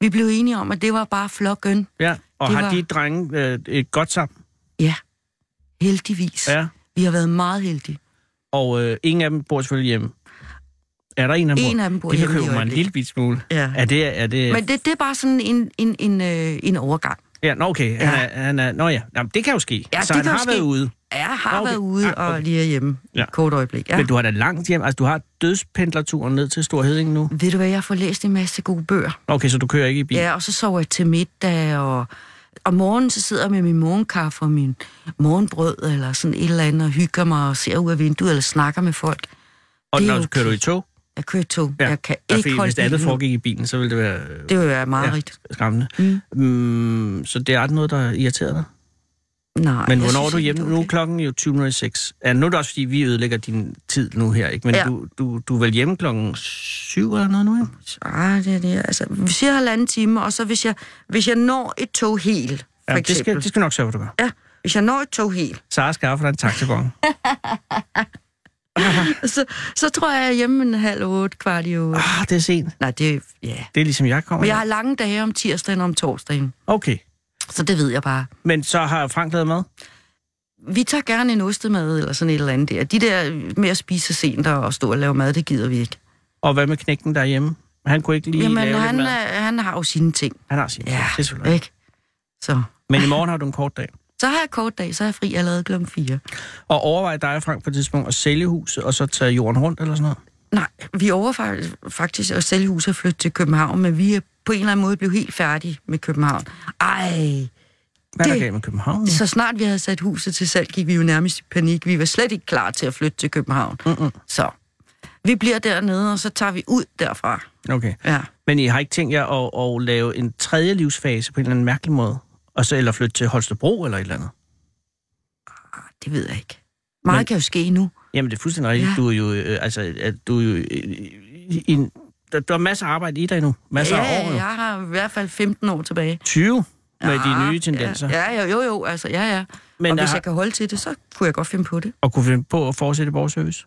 Speaker 7: Vi blev enige om, at det var bare flokken.
Speaker 5: ja. Og
Speaker 7: Det
Speaker 5: har
Speaker 7: var-
Speaker 5: de drenge øh, et godt sammen?
Speaker 7: Ja, heldigvis.
Speaker 5: Ja.
Speaker 7: Vi har været meget heldige.
Speaker 5: Og øh, ingen af dem bor selvfølgelig hjemme. Er der en af dem?
Speaker 7: En af dem bor
Speaker 5: det
Speaker 7: hjemme i
Speaker 5: bekymrer mig en
Speaker 7: øjeblikket.
Speaker 5: lille bit smule.
Speaker 7: Ja.
Speaker 5: Er det... Er det...
Speaker 7: Men det, det er bare sådan en, en, en, øh, en overgang.
Speaker 5: Ja, nå okay. Ja. Han er, han er, nå ja, Jamen, det kan jo ske.
Speaker 7: Ja,
Speaker 5: så
Speaker 7: det
Speaker 5: han
Speaker 7: kan jo
Speaker 5: har
Speaker 7: ske.
Speaker 5: været ude.
Speaker 7: Ja, Jeg har
Speaker 5: Okay.
Speaker 7: okay. været ude
Speaker 5: Ah,
Speaker 7: og
Speaker 5: okay.
Speaker 7: lige er hjemme ja.
Speaker 5: Ja.
Speaker 7: et kort øjeblik. Ja.
Speaker 5: Men du har da langt hjem. Altså, du har dødspendlerturen ned til Storheding nu.
Speaker 7: Ved du hvad, jeg får læst en masse gode bøger.
Speaker 5: Okay, så du kører ikke i bil.
Speaker 7: Ja, og så sover jeg til middag, og om morgenen så sidder jeg med min morgenkaffe og min morgenbrød, eller sådan et eller andet, og hygger mig og ser ud af vinduet, eller snakker med folk.
Speaker 5: og
Speaker 7: det er
Speaker 5: når du
Speaker 7: okay.
Speaker 5: kører du i tog.
Speaker 7: Jeg kører i tog. Ja. Jeg kan
Speaker 5: Ja,
Speaker 7: ikke
Speaker 5: fordi
Speaker 7: holde
Speaker 5: Hvis det andet
Speaker 7: bilen ud.
Speaker 5: foregik i bilen, så ville det være øh,
Speaker 7: Det vil være meget ja. rigtigt.
Speaker 5: skræmmende. Mm. Mm, så det er aldrig noget, der irriterer dig.
Speaker 7: Nej,
Speaker 5: Men
Speaker 7: jeg
Speaker 5: hvornår er
Speaker 7: synes
Speaker 5: du
Speaker 7: ikke,
Speaker 5: hjemme?
Speaker 7: det
Speaker 5: Nu er
Speaker 7: okay.
Speaker 5: klokken jo 20.06. Ja, nu er det også, fordi vi ødelægger din tid nu her, ikke? Men
Speaker 7: Ja.
Speaker 5: du, du, du er vel hjemme klokken 7 eller noget nu, ikke?
Speaker 7: Ah, det, er det, altså, vi siger halvanden time, og så hvis jeg, hvis jeg når et tog helt, for
Speaker 5: Ja, det
Speaker 7: eksempel.
Speaker 5: skal, det skal vi nok sørge for, du gør.
Speaker 7: Ja, hvis jeg når et tog helt, [laughs]
Speaker 5: Sara skaffer dig en taxagong.
Speaker 7: så, så tror jeg, jeg er hjemme en halv otte, kvart i otte.
Speaker 5: ah, det er sent.
Speaker 7: Nej, det ja.
Speaker 5: Det er ligesom, jeg kommer.
Speaker 7: Men jeg har lange dage om tirsdagen og om torsdagen,
Speaker 5: Okay.
Speaker 7: så det ved jeg bare.
Speaker 5: Men så har Frank lavet mad?
Speaker 7: Vi tager gerne en ostemad eller sådan et eller andet der. De der med at spise sent og og stå og lave mad, det gider vi ikke.
Speaker 5: Og hvad med knækken derhjemme? Han kunne ikke lige
Speaker 7: Jamen,
Speaker 5: lave
Speaker 7: han,
Speaker 5: lidt mad.
Speaker 7: er, han har jo sine ting.
Speaker 5: Han har sin
Speaker 7: Ja,
Speaker 5: det er selvfølgelig.
Speaker 7: ikke? Så.
Speaker 5: Men i morgen har du en kort dag.
Speaker 7: så har jeg kort dag, så er jeg fri allerede klokken 4.
Speaker 5: Og overvej dig, og Frank, på et tidspunkt at sælge huset, og så tage jorden rundt eller sådan noget.
Speaker 7: Nej, vi overvejer faktisk at sælge huset og flytte til København, men vi er på en eller anden måde blevet helt færdige med København. Ej,
Speaker 5: Mm. Hvad er der
Speaker 7: Det-
Speaker 5: galt med København?
Speaker 7: så snart vi havde sat huset til salg, gik vi jo nærmest i panik. Vi var slet ikke klar til at flytte til København. Mm-mm. Så vi bliver dernede, og så tager vi ud derfra.
Speaker 5: Okay.
Speaker 7: Ja.
Speaker 5: Men I har ikke tænkt jer at, at lave en tredje livsfase på en eller anden mærkelig måde? Og så eller flytte til Holstebro eller et eller andet?
Speaker 7: Det ved jeg ikke. Meget
Speaker 5: Men-
Speaker 7: men... kan jo ske nu.
Speaker 5: Jamen, det er fuldstændig rigtigt.
Speaker 7: Ja.
Speaker 5: Du er jo, øh, altså, at du er jo øh, i- i en, der, der er masser af arbejde i dig Altså, nu. Masser af år,
Speaker 7: ja,
Speaker 5: jo.
Speaker 7: jeg har i hvert fald 15 år tilbage.
Speaker 5: 20 med
Speaker 7: Ja,
Speaker 5: de nye tendenser.
Speaker 7: Ja, ja jo, jo, jo, altså, ja, ja. Men
Speaker 5: Men
Speaker 7: og
Speaker 5: der
Speaker 7: hvis
Speaker 5: har-
Speaker 7: jeg kan holde til det, så kunne jeg godt finde på det.
Speaker 5: Og kunne finde på at fortsætte borgerservice.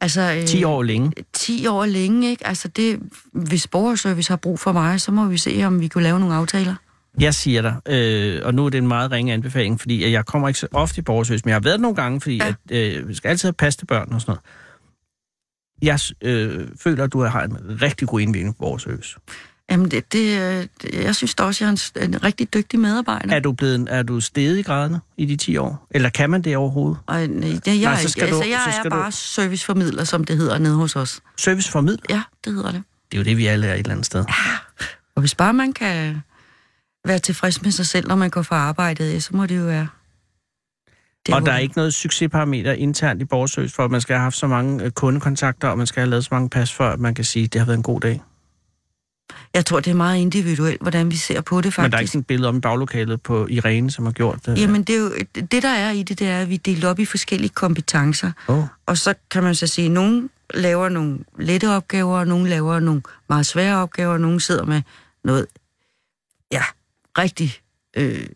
Speaker 7: Altså, øh,
Speaker 5: 10 år længe.
Speaker 7: 10 år længe, ikke? Altså det, hvis borgerservice har brug for mig, så må vi se, om vi kunne lave nogle aftaler.
Speaker 5: Jeg siger dig, øh, og nu er det en meget ringe anbefaling, fordi at jeg kommer ikke så ofte i borgerservice, men jeg har været der nogle gange, fordi ja.
Speaker 7: Ja.
Speaker 5: at, øh, vi skal altid have pas til børn og sådan noget. Jeg øh, føler, at du har en rigtig god indvinding på borgerservice.
Speaker 7: Jamen, det, det, øh, det- jeg synes da også, jeg er en, s- en rigtig dygtig medarbejder.
Speaker 5: Er du blevet, er du steget i graderne i de 10 år? Eller kan man det overhovedet?
Speaker 7: Og, øh, jeg, jeg,
Speaker 5: Nej,
Speaker 7: Nej,
Speaker 5: så skal
Speaker 7: altså,
Speaker 5: du-
Speaker 7: jeg
Speaker 5: så skal
Speaker 7: er
Speaker 5: du-
Speaker 7: bare serviceformidler, som det hedder nede hos os.
Speaker 5: Serviceformidler,
Speaker 7: Ja, det hedder det.
Speaker 5: det er jo det, vi alle er et eller andet sted.
Speaker 7: Og hvis bare man kan være tilfreds med sig selv, når man går fra arbejdet, ja, så må det jo være... hvor-
Speaker 5: og der er ikke noget succesparameter internt i borgerservice, for at man skal have haft så mange øh, kundekontakter, og man skal have lavet så mange pas, for at man kan sige, at det har været en god dag.
Speaker 7: Jeg tror, det er meget individuelt, hvordan vi ser på det, faktisk.
Speaker 5: Men der er ikke sådan et billede om i baglokalet på Irene, som har gjort øh, det.
Speaker 7: Jamen, det, er jo, det der er i det, det er, at vi deler op i forskellige kompetencer.
Speaker 5: Åh.
Speaker 7: Og så kan man så sige, at nogen laver nogle lette opgaver, og nogen laver nogle meget svære opgaver, og nogen sidder med noget, ja, rigtig øh,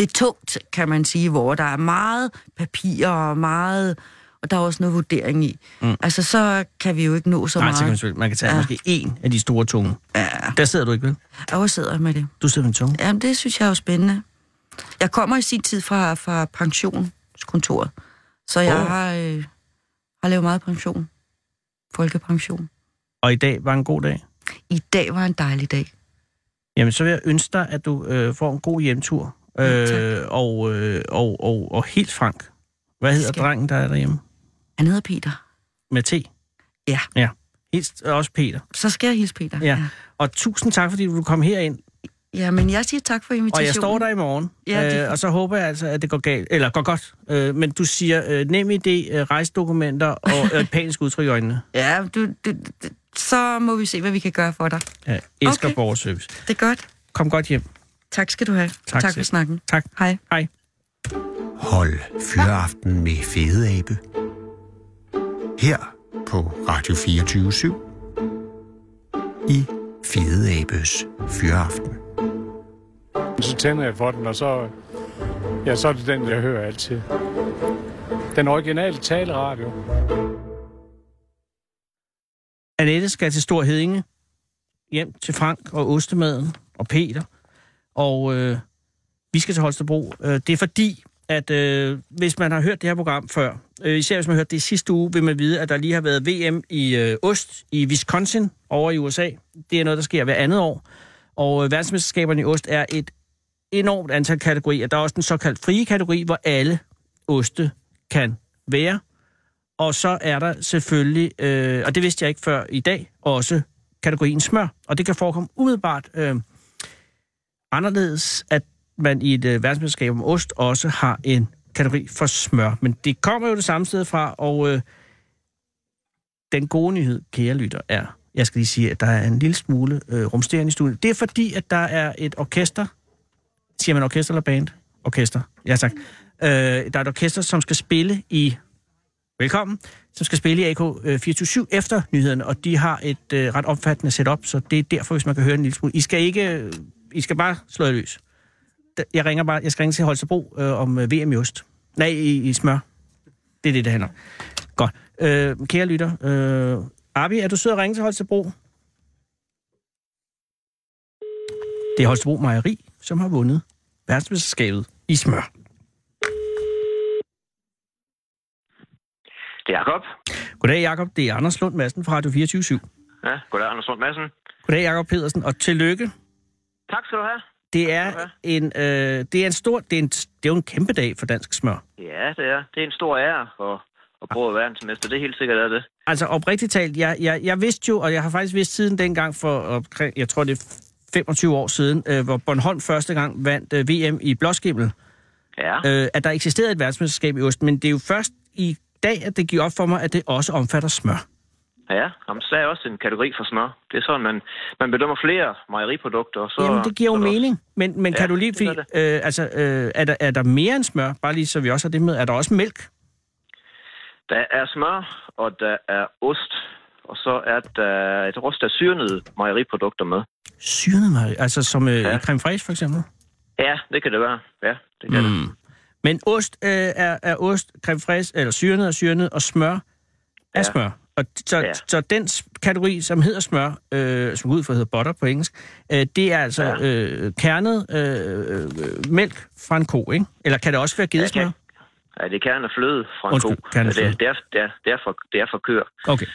Speaker 7: lidt tungt, kan man sige, hvor der er meget papir og meget, og der er også noget vurdering i. Mm. Altså, så kan vi jo ikke nå så
Speaker 5: Nej, så kan man,
Speaker 7: meget.
Speaker 5: selvfølgelig- man kan tage ja.
Speaker 7: Ja.
Speaker 5: måske en af de store tunge. Ja. Der sidder du ikke, vel?
Speaker 7: Og hvor sidder jeg med det?
Speaker 5: Du sidder med en tunge.
Speaker 7: Jamen, det synes jeg er jo spændende. Jeg kommer i sin tid fra, fra pensionskontoret, så jeg
Speaker 5: Åh.
Speaker 7: oh. har, øh, har lavet meget pension. Folkepension.
Speaker 5: Og i dag var en god dag.
Speaker 7: I dag var en dejlig dag.
Speaker 5: Jamen, så vil jeg ønske dig, at du øh, får en god hjemtur. Øh, og, øh, og, og, og helt frank. Hvad hedder
Speaker 7: Skal-
Speaker 5: drengen, der er derhjemme?
Speaker 7: Han hedder Peter.
Speaker 5: Med T?
Speaker 7: Ja.
Speaker 5: Ja. Helt, og også Peter.
Speaker 7: Så skal jeg hilse Peter.
Speaker 5: Ja. Og tusind tak, fordi du kom herind.
Speaker 7: ja men jeg siger tak for invitationen.
Speaker 5: Og jeg står der i morgen,
Speaker 7: Ja, det er
Speaker 5: ja, øh,
Speaker 7: fint.
Speaker 5: og så håber jeg altså, at det går galt, eller går godt. Øh, men du siger øh, nem idé, øh, rejsdokumenter
Speaker 7: [laughs]
Speaker 5: og øh, et panisk udtryk i øjnene.
Speaker 7: Ja, du, du, du, så må vi se, hvad vi kan gøre for dig.
Speaker 5: Ja, elsker okay.
Speaker 7: Okay.
Speaker 5: borgerservice.
Speaker 7: Det er godt.
Speaker 5: Kom godt hjem.
Speaker 7: Tak skal du have.
Speaker 5: Tak
Speaker 7: tak for
Speaker 5: selv.
Speaker 7: snakken.
Speaker 5: Tak.
Speaker 7: Hej.
Speaker 5: Hej.
Speaker 3: Hold Fyraften med Fede Abe. Her på Radio 24 i Fede Abes Fyraften.
Speaker 8: Så tænder jeg for den, og så, ja, så er det den, jeg hører altid. Den originale taleradio.
Speaker 5: Annette skal til Stor Hedinge, hjem til Frank og Ostemaden og Peter, og øh, vi skal til Holstebro. Øh, det er fordi, at øh, hvis man har hørt det her program før, øh, især hvis man har hørt det i sidste uge, vil man vide, at der lige har været VM i øh, Ost i Wisconsin over i USA. Det er noget, der sker hver andet år, og øh, verdensmesterskaberne i Ost er et enormt antal kategorier. Der er også den såkaldt frie kategori, hvor alle oste kan være. Og så er der selvfølgelig, øh, og det vidste jeg ikke før i dag, også kategorien smør. Og det kan forekomme umiddelbart øh, anderledes, at man i et øh, verdensmesterskab om ost også har en kategori for smør. Men det kommer jo det samme sted fra, og øh, den gode nyhed, kære lytter, er, jeg skal lige sige, at der er en lille smule øh, rumsterende i studiet. Det er fordi, at der er et orkester, siger man orkester eller band? Orkester, ja tak. Øh, der er et orkester, som skal spille i velkommen, som skal spille i AK 24 efter nyhederne, og de har et øh, ret omfattende setup, så det er derfor, hvis man kan høre en lille smule. I skal ikke, øh, I skal bare slå jer løs. Da- Jeg ringer bare, jeg skal ringe til Holstebro øh, om øh, VM i ost. Nej, i, i smør. Det er det, det handler om. Godt. Øh, kære lytter, øh, Arbi, er du sød at ringe til Holstebro? Det er Holstebro Mejeri, som har vundet verdensmesterskabet i smør.
Speaker 9: Det er Jacob.
Speaker 5: Goddag, Jakob. Det er Anders Lund Madsen fra Radio 24 /7.
Speaker 9: Ja, goddag, Anders Lund Madsen.
Speaker 5: Goddag, Jakob Pedersen, og tillykke.
Speaker 9: Tak skal du have.
Speaker 5: Det er
Speaker 9: Okay.
Speaker 5: en, øh, det er en stor, det er, en, det er jo en kæmpe dag for dansk smør.
Speaker 9: Ja, det er. Det er en stor ære at, at prøve at være en semester. Det er helt sikkert er det.
Speaker 5: Altså oprigtigt talt, jeg, jeg, jeg vidste jo, og jeg har faktisk vidst siden dengang for omkring, jeg tror det er 25 år siden, øh, hvor Bornholm første gang vandt øh, VM i blåskimmel,
Speaker 9: Ja,
Speaker 5: øh, at der eksisterede et verdensmesterskab i ost, men det er jo først i dag, at det giver op for mig, at det også omfatter smør.
Speaker 9: ja. Jamen, så er også en kategori for smør. Det er sådan, man, man bedømmer flere mejeriprodukter. og Så,
Speaker 5: Jamen, det giver jo
Speaker 9: så er der
Speaker 5: mening, men, men ja,
Speaker 9: Ja,
Speaker 5: kan du lige,
Speaker 9: det
Speaker 5: fordi,
Speaker 9: gør
Speaker 5: øh, altså, øh, er, der, er der mere end smør, bare lige så vi også har det med, er der også mælk?
Speaker 9: Også, der er smør, og der er ost. Og så er der et rust af syrnede mejeriprodukter med.
Speaker 5: Syret mig, altså som øh, ja.
Speaker 9: Ja.
Speaker 5: creme fraiche for eksempel?
Speaker 9: Ja, det kan det være. Ja, det kan mm. det.
Speaker 5: Men ost øh, er, er ost, creme fraise, eller syrnet er syrnet, og smør er ja.
Speaker 9: Ja.
Speaker 5: smør. Og t- så, ja.
Speaker 9: Ja.
Speaker 5: så den s- kategori, som hedder smør, øh, som går ud for hedder butter på engelsk, øh, det er altså ja.
Speaker 9: Ja.
Speaker 5: øh, kernet øh, øh, mælk fra en ko, ikke? Eller kan det også være
Speaker 9: Ja,
Speaker 5: gedesmør?
Speaker 9: kan- Ja, det er kernen af fløde fra en
Speaker 5: Undskyld,
Speaker 9: ko.
Speaker 5: kernen af
Speaker 9: Det er,
Speaker 5: fløde.
Speaker 9: det, er, det, er, det, er for, det er for køer.
Speaker 5: Okay.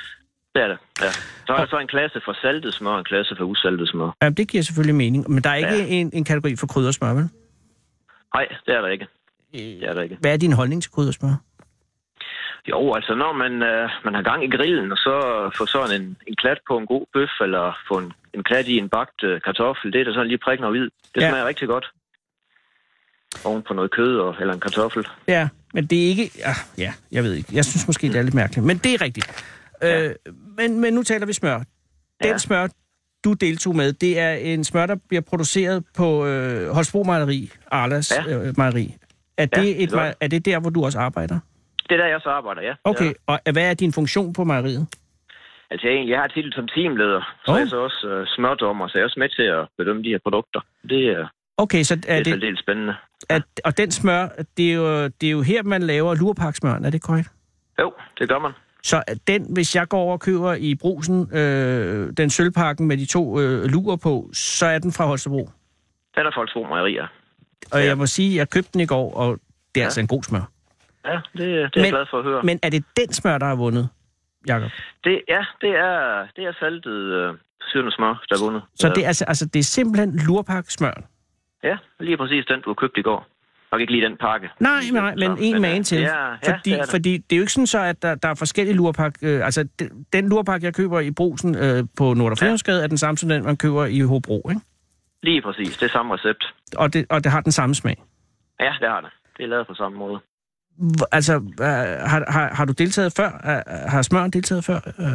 Speaker 9: Det er det, ja. Så er der så en klasse for saltet smør, og en klasse for usaltet smør.
Speaker 5: Jamen, det giver selvfølgelig mening, men der er ikke ja.
Speaker 9: Ja.
Speaker 5: en, en kategori for kryddersmør, vel?
Speaker 9: Nej, det er der ikke. Det er der ikke.
Speaker 5: Hvad er din holdning til kryddersmør?
Speaker 9: Jo, altså når man, øh, man har gang i grillen, og så får sådan en, en klat på en god bøf, eller får en, en klat i en bagt øh, kartoffel, det er da sådan lige prikken og hvid. Det
Speaker 5: Ja.
Speaker 9: ja. smager rigtig godt. Oven på noget kød og, eller en kartoffel.
Speaker 5: Ja, men det er ikke... Ah, ja, jeg ved ikke. Jeg synes måske, det er lidt mærkeligt, men det er rigtigt. Ja. Øh, men, men nu taler vi smør. Den ja.
Speaker 9: Ja.
Speaker 5: smør, du deltog med, det er en smør, der bliver produceret på øh, Holstebro Mejeri, Arlas ja.
Speaker 9: Ja.
Speaker 5: øh, Mejeri. Er
Speaker 9: Ja,
Speaker 5: det,
Speaker 9: det
Speaker 5: et,
Speaker 9: gør
Speaker 5: mej-
Speaker 9: jeg.
Speaker 5: er det der, hvor du også arbejder?
Speaker 9: Det er der, jeg så arbejder, ja.
Speaker 5: Okay,
Speaker 9: Ja.
Speaker 5: ja. og hvad er din funktion på mejeriet?
Speaker 9: Altså jeg, egentlig- jeg har titel som teamleder, så
Speaker 5: Oh.
Speaker 9: oh. jeg er så også øh, smørdommer, så jeg er også med til at bedømme de her produkter. Det, øh,
Speaker 5: Okay, så
Speaker 9: det
Speaker 5: er
Speaker 9: er det...
Speaker 5: det...
Speaker 9: særdeles spændende.
Speaker 5: At, og den smør, det er, jo, det er jo her, man laver lurpaksmøren, er det korrekt?
Speaker 9: Jo, det gør man.
Speaker 5: Så er den, hvis jeg går over og køber i brusen, øh, den sølvpakken med de to øh, lurer på, så er den fra Holstebro.
Speaker 9: Den er Folksbro Mejerier.
Speaker 5: Og ja. jeg må sige, jeg købte den i går, og det er ja. altså en god smør.
Speaker 9: Ja, det, det er men,
Speaker 5: Men-
Speaker 9: jeg glad for at høre. Men,
Speaker 5: Men er det den smør, der har vundet, Jakob?
Speaker 9: det, ja, det er, det er saltet øh, syrende smør, der er vundet.
Speaker 5: Så
Speaker 9: Ja.
Speaker 5: det, er, altså, altså, det er simpelthen lurpakkesmør.
Speaker 9: Ja, lige præcis den, du købte i går. Nok ikke lige den pakke.
Speaker 5: Nej,
Speaker 9: Lige
Speaker 5: nej,
Speaker 9: den
Speaker 5: men
Speaker 9: samme,
Speaker 5: en
Speaker 9: øh,
Speaker 5: magen til.
Speaker 9: Ja, ja,
Speaker 5: fordi,
Speaker 9: det er det.
Speaker 5: fordi det er jo ikke sådan så, at der, der er forskellige lurpakke. Øh, altså, den, den lurpakke, jeg køber i brusen øh, på Nordafrihedsgade, ja. er den samme som den, man køber i Hobro, ikke?
Speaker 9: Lige præcis, det er samme recept.
Speaker 5: Og det, og det har den samme smag.
Speaker 9: Ja, det har det. Det er lavet på samme måde.
Speaker 5: Hv- Altså, øh, har, har, har du deltaget før? Øh, Har smøren deltaget før? Øh,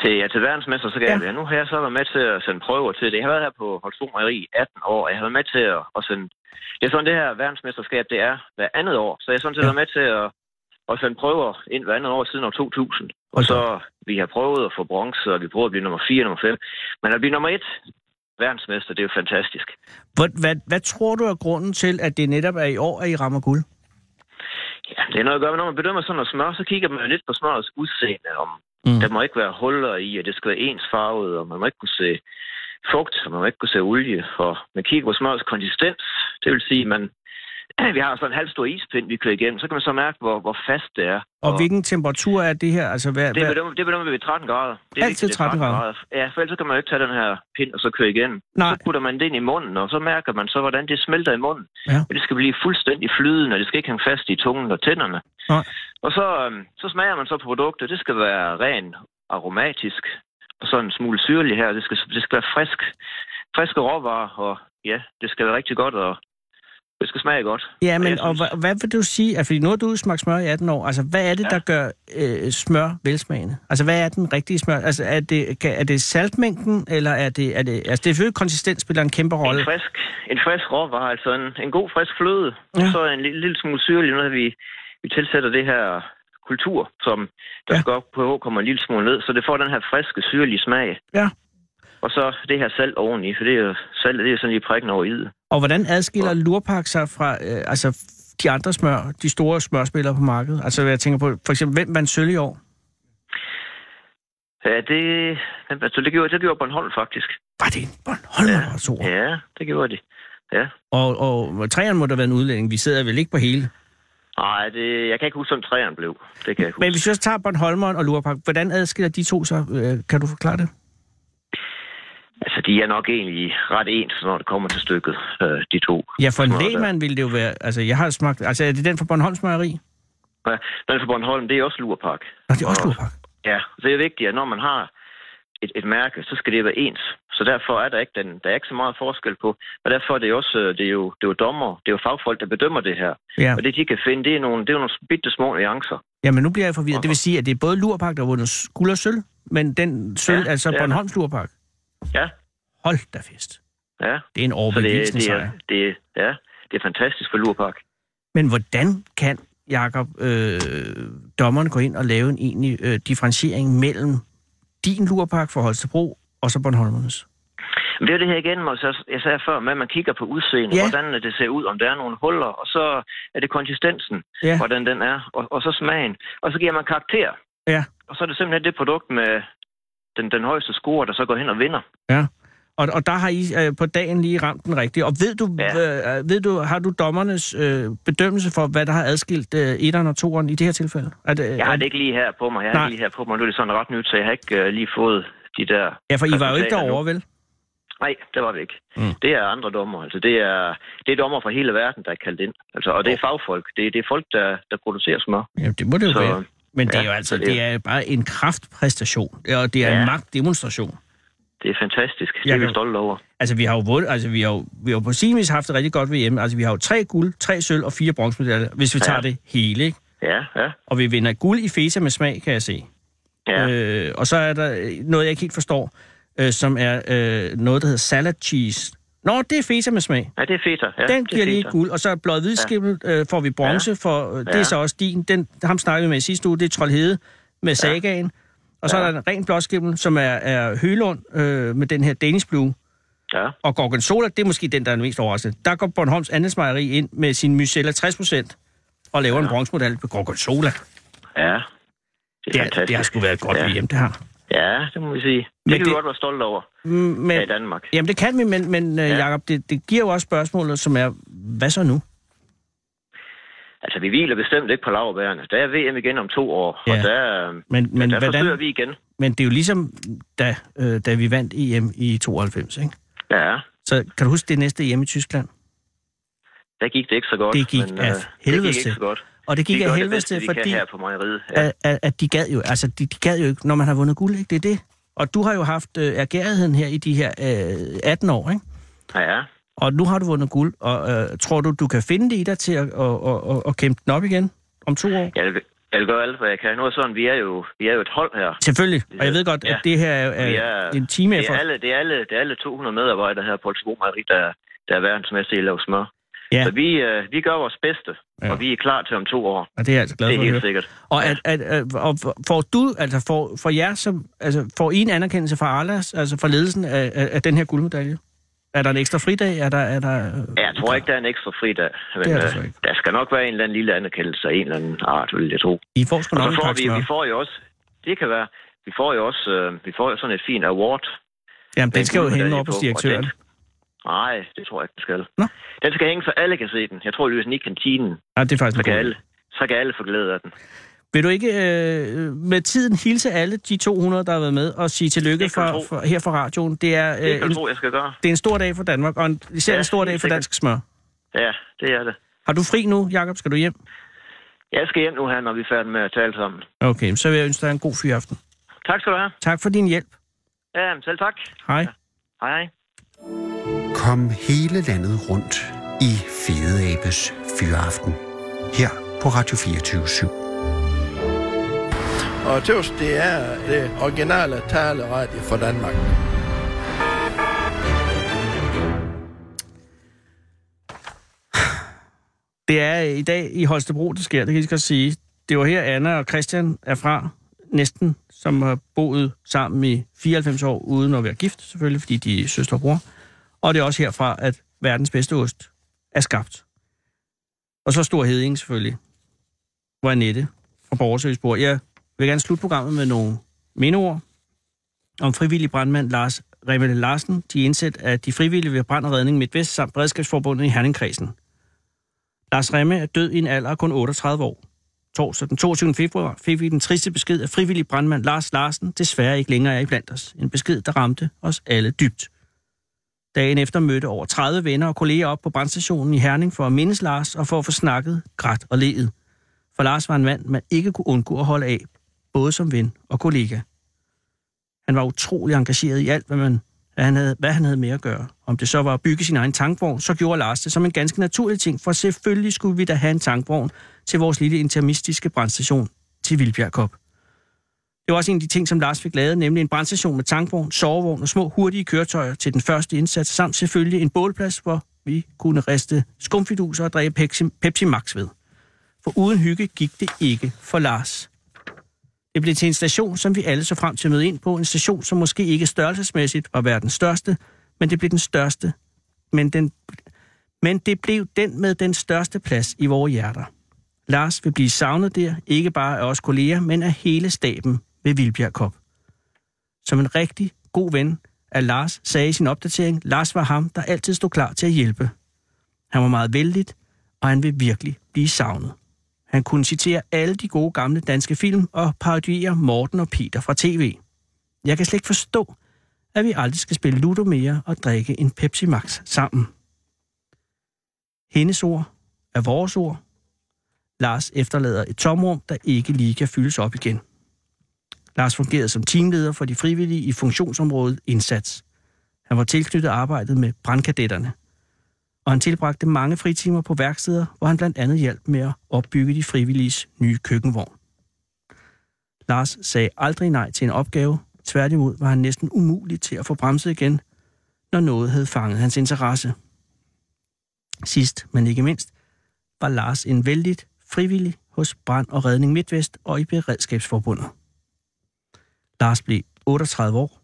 Speaker 9: Til, ja, til verdensmester, så gav
Speaker 5: Ja.
Speaker 9: ja. Nu har jeg så været med til at sende prøver til det. Jeg har været her på Holstebro Mejeri i 18 år, og jeg har været med til at, at sende... Det er sådan, det her verdensmesterskab, det er hver andet år. Så jeg har sådan set
Speaker 5: Ja.
Speaker 9: ja. været med til at, at sende prøver ind hver andet år siden år 2000. Og
Speaker 5: Hold da
Speaker 9: så vi har prøvet at få bronze, og vi prøver at blive nummer 4, nummer 5. Men at blive nummer 1 verdensmester, det er jo fantastisk.
Speaker 5: Hvad, hvad, hvad tror du er grunden til, at det netop er i år, at I rammer guld?
Speaker 9: Ja, det er noget at gøre med, når man bedømmer sådan noget smør, så kigger man jo lidt på smørets udseende. Om
Speaker 5: Mm.
Speaker 9: mm. Der må ikke være huller i, og det skal være ensfarvet, og man må ikke kunne se fugt, og man må ikke kunne se olie. Og man kigger på smørets konsistens, det vil sige, man [clears throat] vi har sådan en halv stor ispind, vi kører igennem, så kan man så mærke, hvor, hvor fast det er.
Speaker 5: Og hvilken temperatur er det her? Altså, hvad,
Speaker 9: det,
Speaker 5: hvad?
Speaker 9: bedømmer, det bedømmer vi ved 13 grader. Det
Speaker 5: Altid
Speaker 9: vigtigt, det er
Speaker 5: 13 grader.
Speaker 9: Ja, for ellers så kan man jo ikke tage den her pind og så køre igen.
Speaker 5: Nej.
Speaker 9: Så putter man det ind i munden, og så mærker man så, hvordan det smelter i munden.
Speaker 5: Ja.
Speaker 9: Og det skal blive fuldstændig flydende, og det skal ikke hænge fast i tungen og tænderne.
Speaker 5: Nej.
Speaker 9: Og så, øhm, så smager man så på produktet. Det skal være ren aromatisk, og så en smule syrlig her. Det skal, det skal være frisk. Friske råvarer, og ja, det skal være rigtig godt, og det skal smage godt.
Speaker 5: Ja,
Speaker 9: Og
Speaker 5: men
Speaker 9: jeg
Speaker 5: og
Speaker 9: synes-
Speaker 5: hvad, hvad vil du sige? Altså, fordi nu har du smagt smør i 18 år. Altså, hvad er det, ja.
Speaker 9: Ja.
Speaker 5: der gør øh, smør velsmagende? Altså, hvad er den rigtige smør? Altså, er det, kan, er det saltmængden, eller er det... Er det altså, det er selvfølgelig konsistens spiller en kæmpe rolle.
Speaker 9: En frisk, en frisk råvare, altså en, en god frisk fløde,
Speaker 5: Ja.
Speaker 9: ja. så en lille, lille smule syrlig, når vi, vi tilsætter det her kultur, som
Speaker 5: Ja.
Speaker 9: der ja. skal op på kommer en lille smule ned, så det får den her friske, syrlige smag.
Speaker 5: Ja.
Speaker 9: Og så det her salt oveni, for det er jo salt, det er sådan lige prikken over i det.
Speaker 5: Og hvordan adskiller lurpak sig fra øh, altså, de andre smør, de store smørspillere på markedet? Altså, jeg tænker på, for eksempel, hvem vandt sølv i år?
Speaker 9: Ja, det, altså, det, gjorde, det gjorde Bornholm faktisk.
Speaker 5: Var det en Bornholmer, der tog?
Speaker 9: Ja, det gjorde de. Ja.
Speaker 5: Og, og træerne må der være en udlænding. Vi sidder vel ikke på hele.
Speaker 9: Nej, det, jeg kan ikke huske, om træerne blev. Det kan jeg ikke
Speaker 5: Men
Speaker 9: huske.
Speaker 5: hvis vi også tager Bornholmeren og Lurpak, hvordan adskiller de to sig? Øh, Kan du forklare det?
Speaker 9: Altså, de er nok egentlig ret ens, når det kommer til stykket, øh, de to.
Speaker 5: Ja, for en
Speaker 9: Smør der.
Speaker 5: lægmand ville det jo være... Altså, jeg har smagt... Altså, er det den fra Bornholms Mejeri?
Speaker 9: Ja, Den for Bornholm, det er også lurpak.
Speaker 5: Nå, det er også
Speaker 9: Og-
Speaker 5: Lurpak.
Speaker 9: Ja, så det er vigtigt, at når man har et, et mærke, så skal det være ens. Så derfor er der ikke, den, der er ikke så meget forskel på. Og derfor er det, også, øh, det er jo, det er jo dommer, det er jo fagfolk, der bedømmer det her.
Speaker 5: Ja.
Speaker 9: Og det, de kan finde, det er nogle, det er nogle bitte små nuancer.
Speaker 5: Jamen, nu bliver jeg forvirret. Det vil sige, at det er både Lurpak, der har vundet guld og sølv, men den sølv, ja,
Speaker 9: Ja,
Speaker 5: altså
Speaker 9: det er
Speaker 5: Bornholms Lurpak.
Speaker 9: Ja.
Speaker 5: Hold da fest.
Speaker 9: Ja,
Speaker 5: Det er en
Speaker 9: så det,
Speaker 5: overbevisende
Speaker 9: det,
Speaker 5: sejr.
Speaker 9: er, det, er- ja, det er fantastisk for lurpak.
Speaker 5: Men hvordan kan, Jakob, øh, dommeren gå ind og lave en egentlig øh, differentiering mellem din Lurpak for Holstebro og så Bornholmernes?
Speaker 9: Men det er jo det her igen, og så- jeg sagde før med, at man kigger på udseendet,
Speaker 5: Ja.
Speaker 9: ja. hvordan det ser ud, om der er nogle huller, og så er det konsistensen,
Speaker 5: Ja.
Speaker 9: ja. hvordan den er, og, og så smagen. Og så giver man karakter.
Speaker 5: Ja.
Speaker 9: Og så er det simpelthen det produkt med den, den højeste score, der så går hen og vinder.
Speaker 5: Og, og der har I øh, på dagen lige ramt den rigtige. Og ved du, ja.
Speaker 9: Ja.
Speaker 5: øh, ved du, har du dommernes øh, bedømmelse for, hvad der har adskilt øh, etteren og toeren i det her tilfælde? Er det,
Speaker 9: Jeg har
Speaker 5: er,
Speaker 9: det ikke lige her på mig. Jeg har
Speaker 5: Nej.
Speaker 9: det ikke lige her på mig. Nu er det sådan ret nyt, så jeg har ikke øh, lige fået de der...
Speaker 5: Ja, for I var jo ikke
Speaker 9: resultater nu.
Speaker 5: derovre, vel?
Speaker 9: Nej, det var vi ikke.
Speaker 5: Mm.
Speaker 9: Mm. Det er andre dommer. Altså, det, er, det er dommer fra hele verden, der er kaldt ind. Altså, og det er fagfolk. Det, det er folk, der, der producerer smør.
Speaker 5: Jamen, det må det jo
Speaker 9: Så-
Speaker 5: være. Men det er
Speaker 9: ja,
Speaker 5: jo altså,
Speaker 9: så det er-
Speaker 5: det er jo bare en kraftpræstation, og det er en
Speaker 9: Ja.
Speaker 5: magtdemonstration.
Speaker 9: Det er fantastisk. Det
Speaker 5: Jeg
Speaker 9: er vi
Speaker 5: kan-
Speaker 9: stolte over.
Speaker 5: Altså, vi har jo vundet, altså, vi har jo, vi har jo på sin vis haft det rigtig godt ved hjemme. Altså, vi har jo tre guld, tre sølv og fire bronzemedaljer, hvis vi
Speaker 9: Ja.
Speaker 5: tager det hele, ikke?
Speaker 9: Ja, ja.
Speaker 5: Og vi vinder guld i feta med smag, kan jeg se.
Speaker 9: ja.
Speaker 5: Øh, og så er der øh, noget, jeg ikke helt forstår, øh, som er øh, noget, der hedder salad cheese. Nå, det er feta med smag.
Speaker 9: Ja, det er feta. Ja,
Speaker 5: Ja, den
Speaker 9: det er
Speaker 5: giver lige
Speaker 9: feta.
Speaker 5: guld, og så blå hvidskimmel øh, får vi bronze ja. for, øh, det er
Speaker 9: Ja.
Speaker 5: så også din, den, ham snakkede vi med i sidste uge, det er Troldhede med sagaen. Og så er der en ren blåskimmel, som er, er Hølund øh, med den her Danish Blue.
Speaker 9: Ja,
Speaker 5: Og Gorgonzola, det er måske den, der er den mest overraskende. Der går Bornholms andelsmejeri ind med sin mycella 60% og laver ja. en bronzemedalje på Gorgonzola.
Speaker 9: ja. Det
Speaker 5: Det,
Speaker 9: er,
Speaker 5: er, det har
Speaker 9: fantastisk.
Speaker 5: sgu været et godt
Speaker 9: Ja.
Speaker 5: ja. VM, det her.
Speaker 9: Ja, det må vi sige. Det
Speaker 5: Men
Speaker 9: kan
Speaker 5: det-
Speaker 9: vi godt være stolte over
Speaker 5: Mm, Men,
Speaker 9: ja, i Danmark.
Speaker 5: Jamen det kan vi, men, men ja.
Speaker 9: Ja.
Speaker 5: Jacob, det, det giver jo også spørgsmålet, som er, hvad så nu?
Speaker 9: Altså, vi hviler bestemt ikke på laverbærene. Der er VM igen om to år,
Speaker 5: Ja.
Speaker 9: og der, øh,
Speaker 5: Men, men,
Speaker 9: der
Speaker 5: hvordan,
Speaker 9: forsøger vi igen.
Speaker 5: Men det er jo ligesom, da, øh, da vi vandt EM i 92, ikke?
Speaker 9: Ja,
Speaker 5: Så kan du huske det næste EM i Tyskland?
Speaker 9: der gik det ikke så godt.
Speaker 5: Det gik
Speaker 9: men,
Speaker 5: af
Speaker 9: øh,
Speaker 5: helvede
Speaker 9: Det gik
Speaker 5: til.
Speaker 9: ikke så godt.
Speaker 5: Og det gik
Speaker 9: Vi
Speaker 5: af
Speaker 9: gør
Speaker 5: helvede
Speaker 9: bedste,
Speaker 5: til,
Speaker 9: vi
Speaker 5: fordi
Speaker 9: Kan her på mejeriet. Ja.
Speaker 5: at, at, at de gad jo, altså de, de gad jo ikke, når man har vundet guld, ikke? Det er det. Og du har jo haft øh, ergærigheden her i de her øh, 18 år, ikke?
Speaker 9: ja.
Speaker 5: Og nu har du vundet guld, og øh, tror du, du kan finde det i dig til at og, og, og, og kæmpe den op igen om to år?
Speaker 9: Jeg vil, jeg vil gøre alt, hvad jeg kan. Nu er det sådan, vi er jo, vi er jo et hold her.
Speaker 5: Selvfølgelig, og jeg ved godt, at
Speaker 9: Ja.
Speaker 5: det her er,
Speaker 9: Vi
Speaker 5: er en time
Speaker 9: det
Speaker 5: efter.
Speaker 9: er, alle, det, er alle, det er alle 200 medarbejdere her på Holstebro Mejeri, der, der er verdensmester i at lave smør.
Speaker 5: Ja.
Speaker 9: Så vi, øh, vi gør vores bedste,
Speaker 5: Ja.
Speaker 9: ja. og vi er klar til om to år.
Speaker 5: Og det er jeg altså glad
Speaker 9: det
Speaker 5: for
Speaker 9: er
Speaker 5: at
Speaker 9: helt
Speaker 5: høre.
Speaker 9: sikkert.
Speaker 5: Og, at, at, at, og får du, altså får, for jer, som, altså får I en anerkendelse fra Arlas, altså fra ledelsen af, af, af den her guldmedalje? Er der en ekstra fridag? Er der, er der, øh,
Speaker 9: Ja, jeg tror ikke, der er en ekstra fridag, men
Speaker 5: Det er der
Speaker 9: øh,
Speaker 5: så ikke.
Speaker 9: der skal nok være en eller anden lille anerkendelse af en eller anden art, vil jeg tro.
Speaker 5: I får sgu
Speaker 9: Og
Speaker 5: nok
Speaker 9: så
Speaker 5: en
Speaker 9: får
Speaker 5: pakke
Speaker 9: vi,
Speaker 5: smør.
Speaker 9: vi får jo også, det kan være, vi får jo også, øh, vi får jo sådan et fint award.
Speaker 5: Jamen,
Speaker 9: med
Speaker 5: den skal jo
Speaker 9: guldmedalje
Speaker 5: hænge op
Speaker 9: på,
Speaker 5: hos
Speaker 9: og den-
Speaker 5: direktøren.
Speaker 9: Nej, det tror jeg ikke, den skal.
Speaker 5: Nå.
Speaker 9: Den skal hænge, så alle kan se den. Jeg tror, det er i kantinen,
Speaker 5: Nej, det er faktisk
Speaker 9: så
Speaker 5: en
Speaker 9: kan,
Speaker 5: god idé.
Speaker 9: alle, så kan alle få glæde af den.
Speaker 5: Vil du ikke øh, med tiden hilse alle de 200, der har været med, og sige tillykke
Speaker 9: Det kan du
Speaker 5: for,
Speaker 9: tro.
Speaker 5: for, her fra radioen? Det er,
Speaker 9: Det
Speaker 5: øh,
Speaker 9: kan
Speaker 5: en,
Speaker 9: du tro, jeg skal gøre.
Speaker 5: det er en stor dag for Danmark, og en, især ja,
Speaker 9: Ja,
Speaker 5: en stor dag
Speaker 9: helt
Speaker 5: for
Speaker 9: sikkert.
Speaker 5: dansk smør.
Speaker 9: Ja, det er det.
Speaker 5: Har du fri nu, Jakob? Skal du hjem?
Speaker 9: Jeg skal hjem nu her, når vi er færdige med at tale sammen.
Speaker 5: Okay, så vil jeg ønske dig en god fyraften.
Speaker 9: Tak skal du have.
Speaker 5: Tak for din hjælp.
Speaker 9: Ja, selv tak.
Speaker 5: Hej.
Speaker 9: Hej, hej.
Speaker 3: Kom hele landet rundt i Fede Abes Fyraften. Her på Radio 24 /7.
Speaker 10: Og tøvs, det er det originale taleradio for Danmark.
Speaker 5: Det er øh, i dag i Holstebro, det sker, det kan jeg lige så godt sige. Det var her, Anna og Christian er fra, næsten, som har boet sammen i 94 år, uden at være gift selvfølgelig, fordi de er søster og bror. Og det er også herfra, at verdens bedste ost er skabt. Og så Stor Heding selvfølgelig, hvor Annette fra Borgersøs bor. Jeg vil gerne slutte programmet med nogle mindeord om frivillig brandmand Lars Remelle Larsen. De er indsat af de frivillige ved Brand og Redning MidtVest samt Beredskabsforbundet i Herningkredsen. Lars Remme er død i en alder af kun 38 år. Torsdag den 22. februar fik vi den triste besked af frivillig brandmand Lars Larsen desværre ikke længere er i blandt os. En besked, der ramte os alle dybt. Dagen efter mødte over 30 venner og kolleger op på brandstationen i Herning for at mindes Lars og for at få snakket, grædt og leet. For Lars var en mand, man ikke kunne undgå at holde af, både som ven og kollega. Han var utrolig engageret i alt, hvad, man, hvad, han havde, hvad han havde med at gøre. Om det så var at bygge sin egen tankvogn, så gjorde Lars det som en ganske naturlig ting, for selvfølgelig skulle vi da have en tankvogn til vores lille intermistiske brandstation til Vildbjergkop. Det var også en af de ting, som Lars fik lavet, nemlig en brandstation med tankvogn, sovevogn og små hurtige køretøjer til den første indsats, samt selvfølgelig en bålplads, hvor vi kunne riste skumfiduser og drikke Pepsi, Pepsi Max ved. For uden hygge gik det ikke for Lars. Det blev til en station, som vi alle så frem til at møde ind på. En station, som måske ikke størrelsesmæssigt var verdens største, men det blev den største. Men, den, men det blev den med den største plads i vores hjerter. Lars vil blive savnet der, ikke bare af os kolleger, men af hele staben ved Vildbjerg Kop. Som en rigtig god ven af Lars sagde i sin opdatering, Lars var ham, der altid stod klar til at hjælpe. Han var meget vældig, og han vil virkelig blive savnet. Han kunne citere alle de gode gamle danske film og parodiere Morten og Peter fra tv. Jeg kan slet ikke forstå, at vi aldrig skal spille Ludo mere og drikke en Pepsi Max sammen. Hendes ord er vores ord. Lars efterlader et tomrum, der ikke lige kan fyldes op igen. Lars fungerede som teamleder for de frivillige i funktionsområdet Indsats. Han var tilknyttet arbejdet med brandkadetterne og han tilbragte mange fritimer på værksteder, hvor han blandt andet hjalp med at opbygge de frivilliges nye køkkenvogn. Lars sagde aldrig nej til en opgave, tværtimod var han næsten umulig til at få bremset igen, når noget havde fanget hans interesse. Sidst, men ikke mindst, var Lars en vældig frivillig hos Brand og Redning MidtVest og i Beredskabsforbundet. Lars blev 38 år.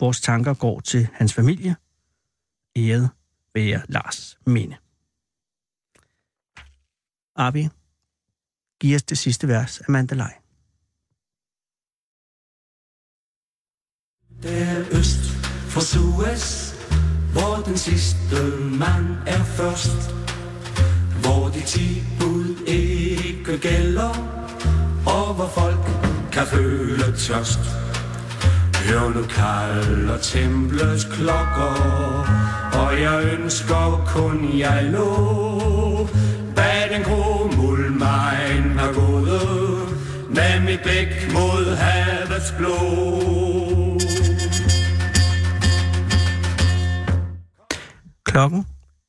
Speaker 5: Vores tanker går til hans familie. Æret være Lars Minde. Abi, giv os det sidste vers af Mandalay.
Speaker 6: Det er øst for Suez, hvor den sidste mand er først. Hvor de ti bud ikke gælder, og hvor folk kan føle tørst. Hør nu kald og templets klokker Og jeg ønsker kun jeg lå Bag den grå muldmejen har gået Med mit bæk mod havets blå
Speaker 5: Klokken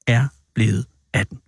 Speaker 5: er blevet 18.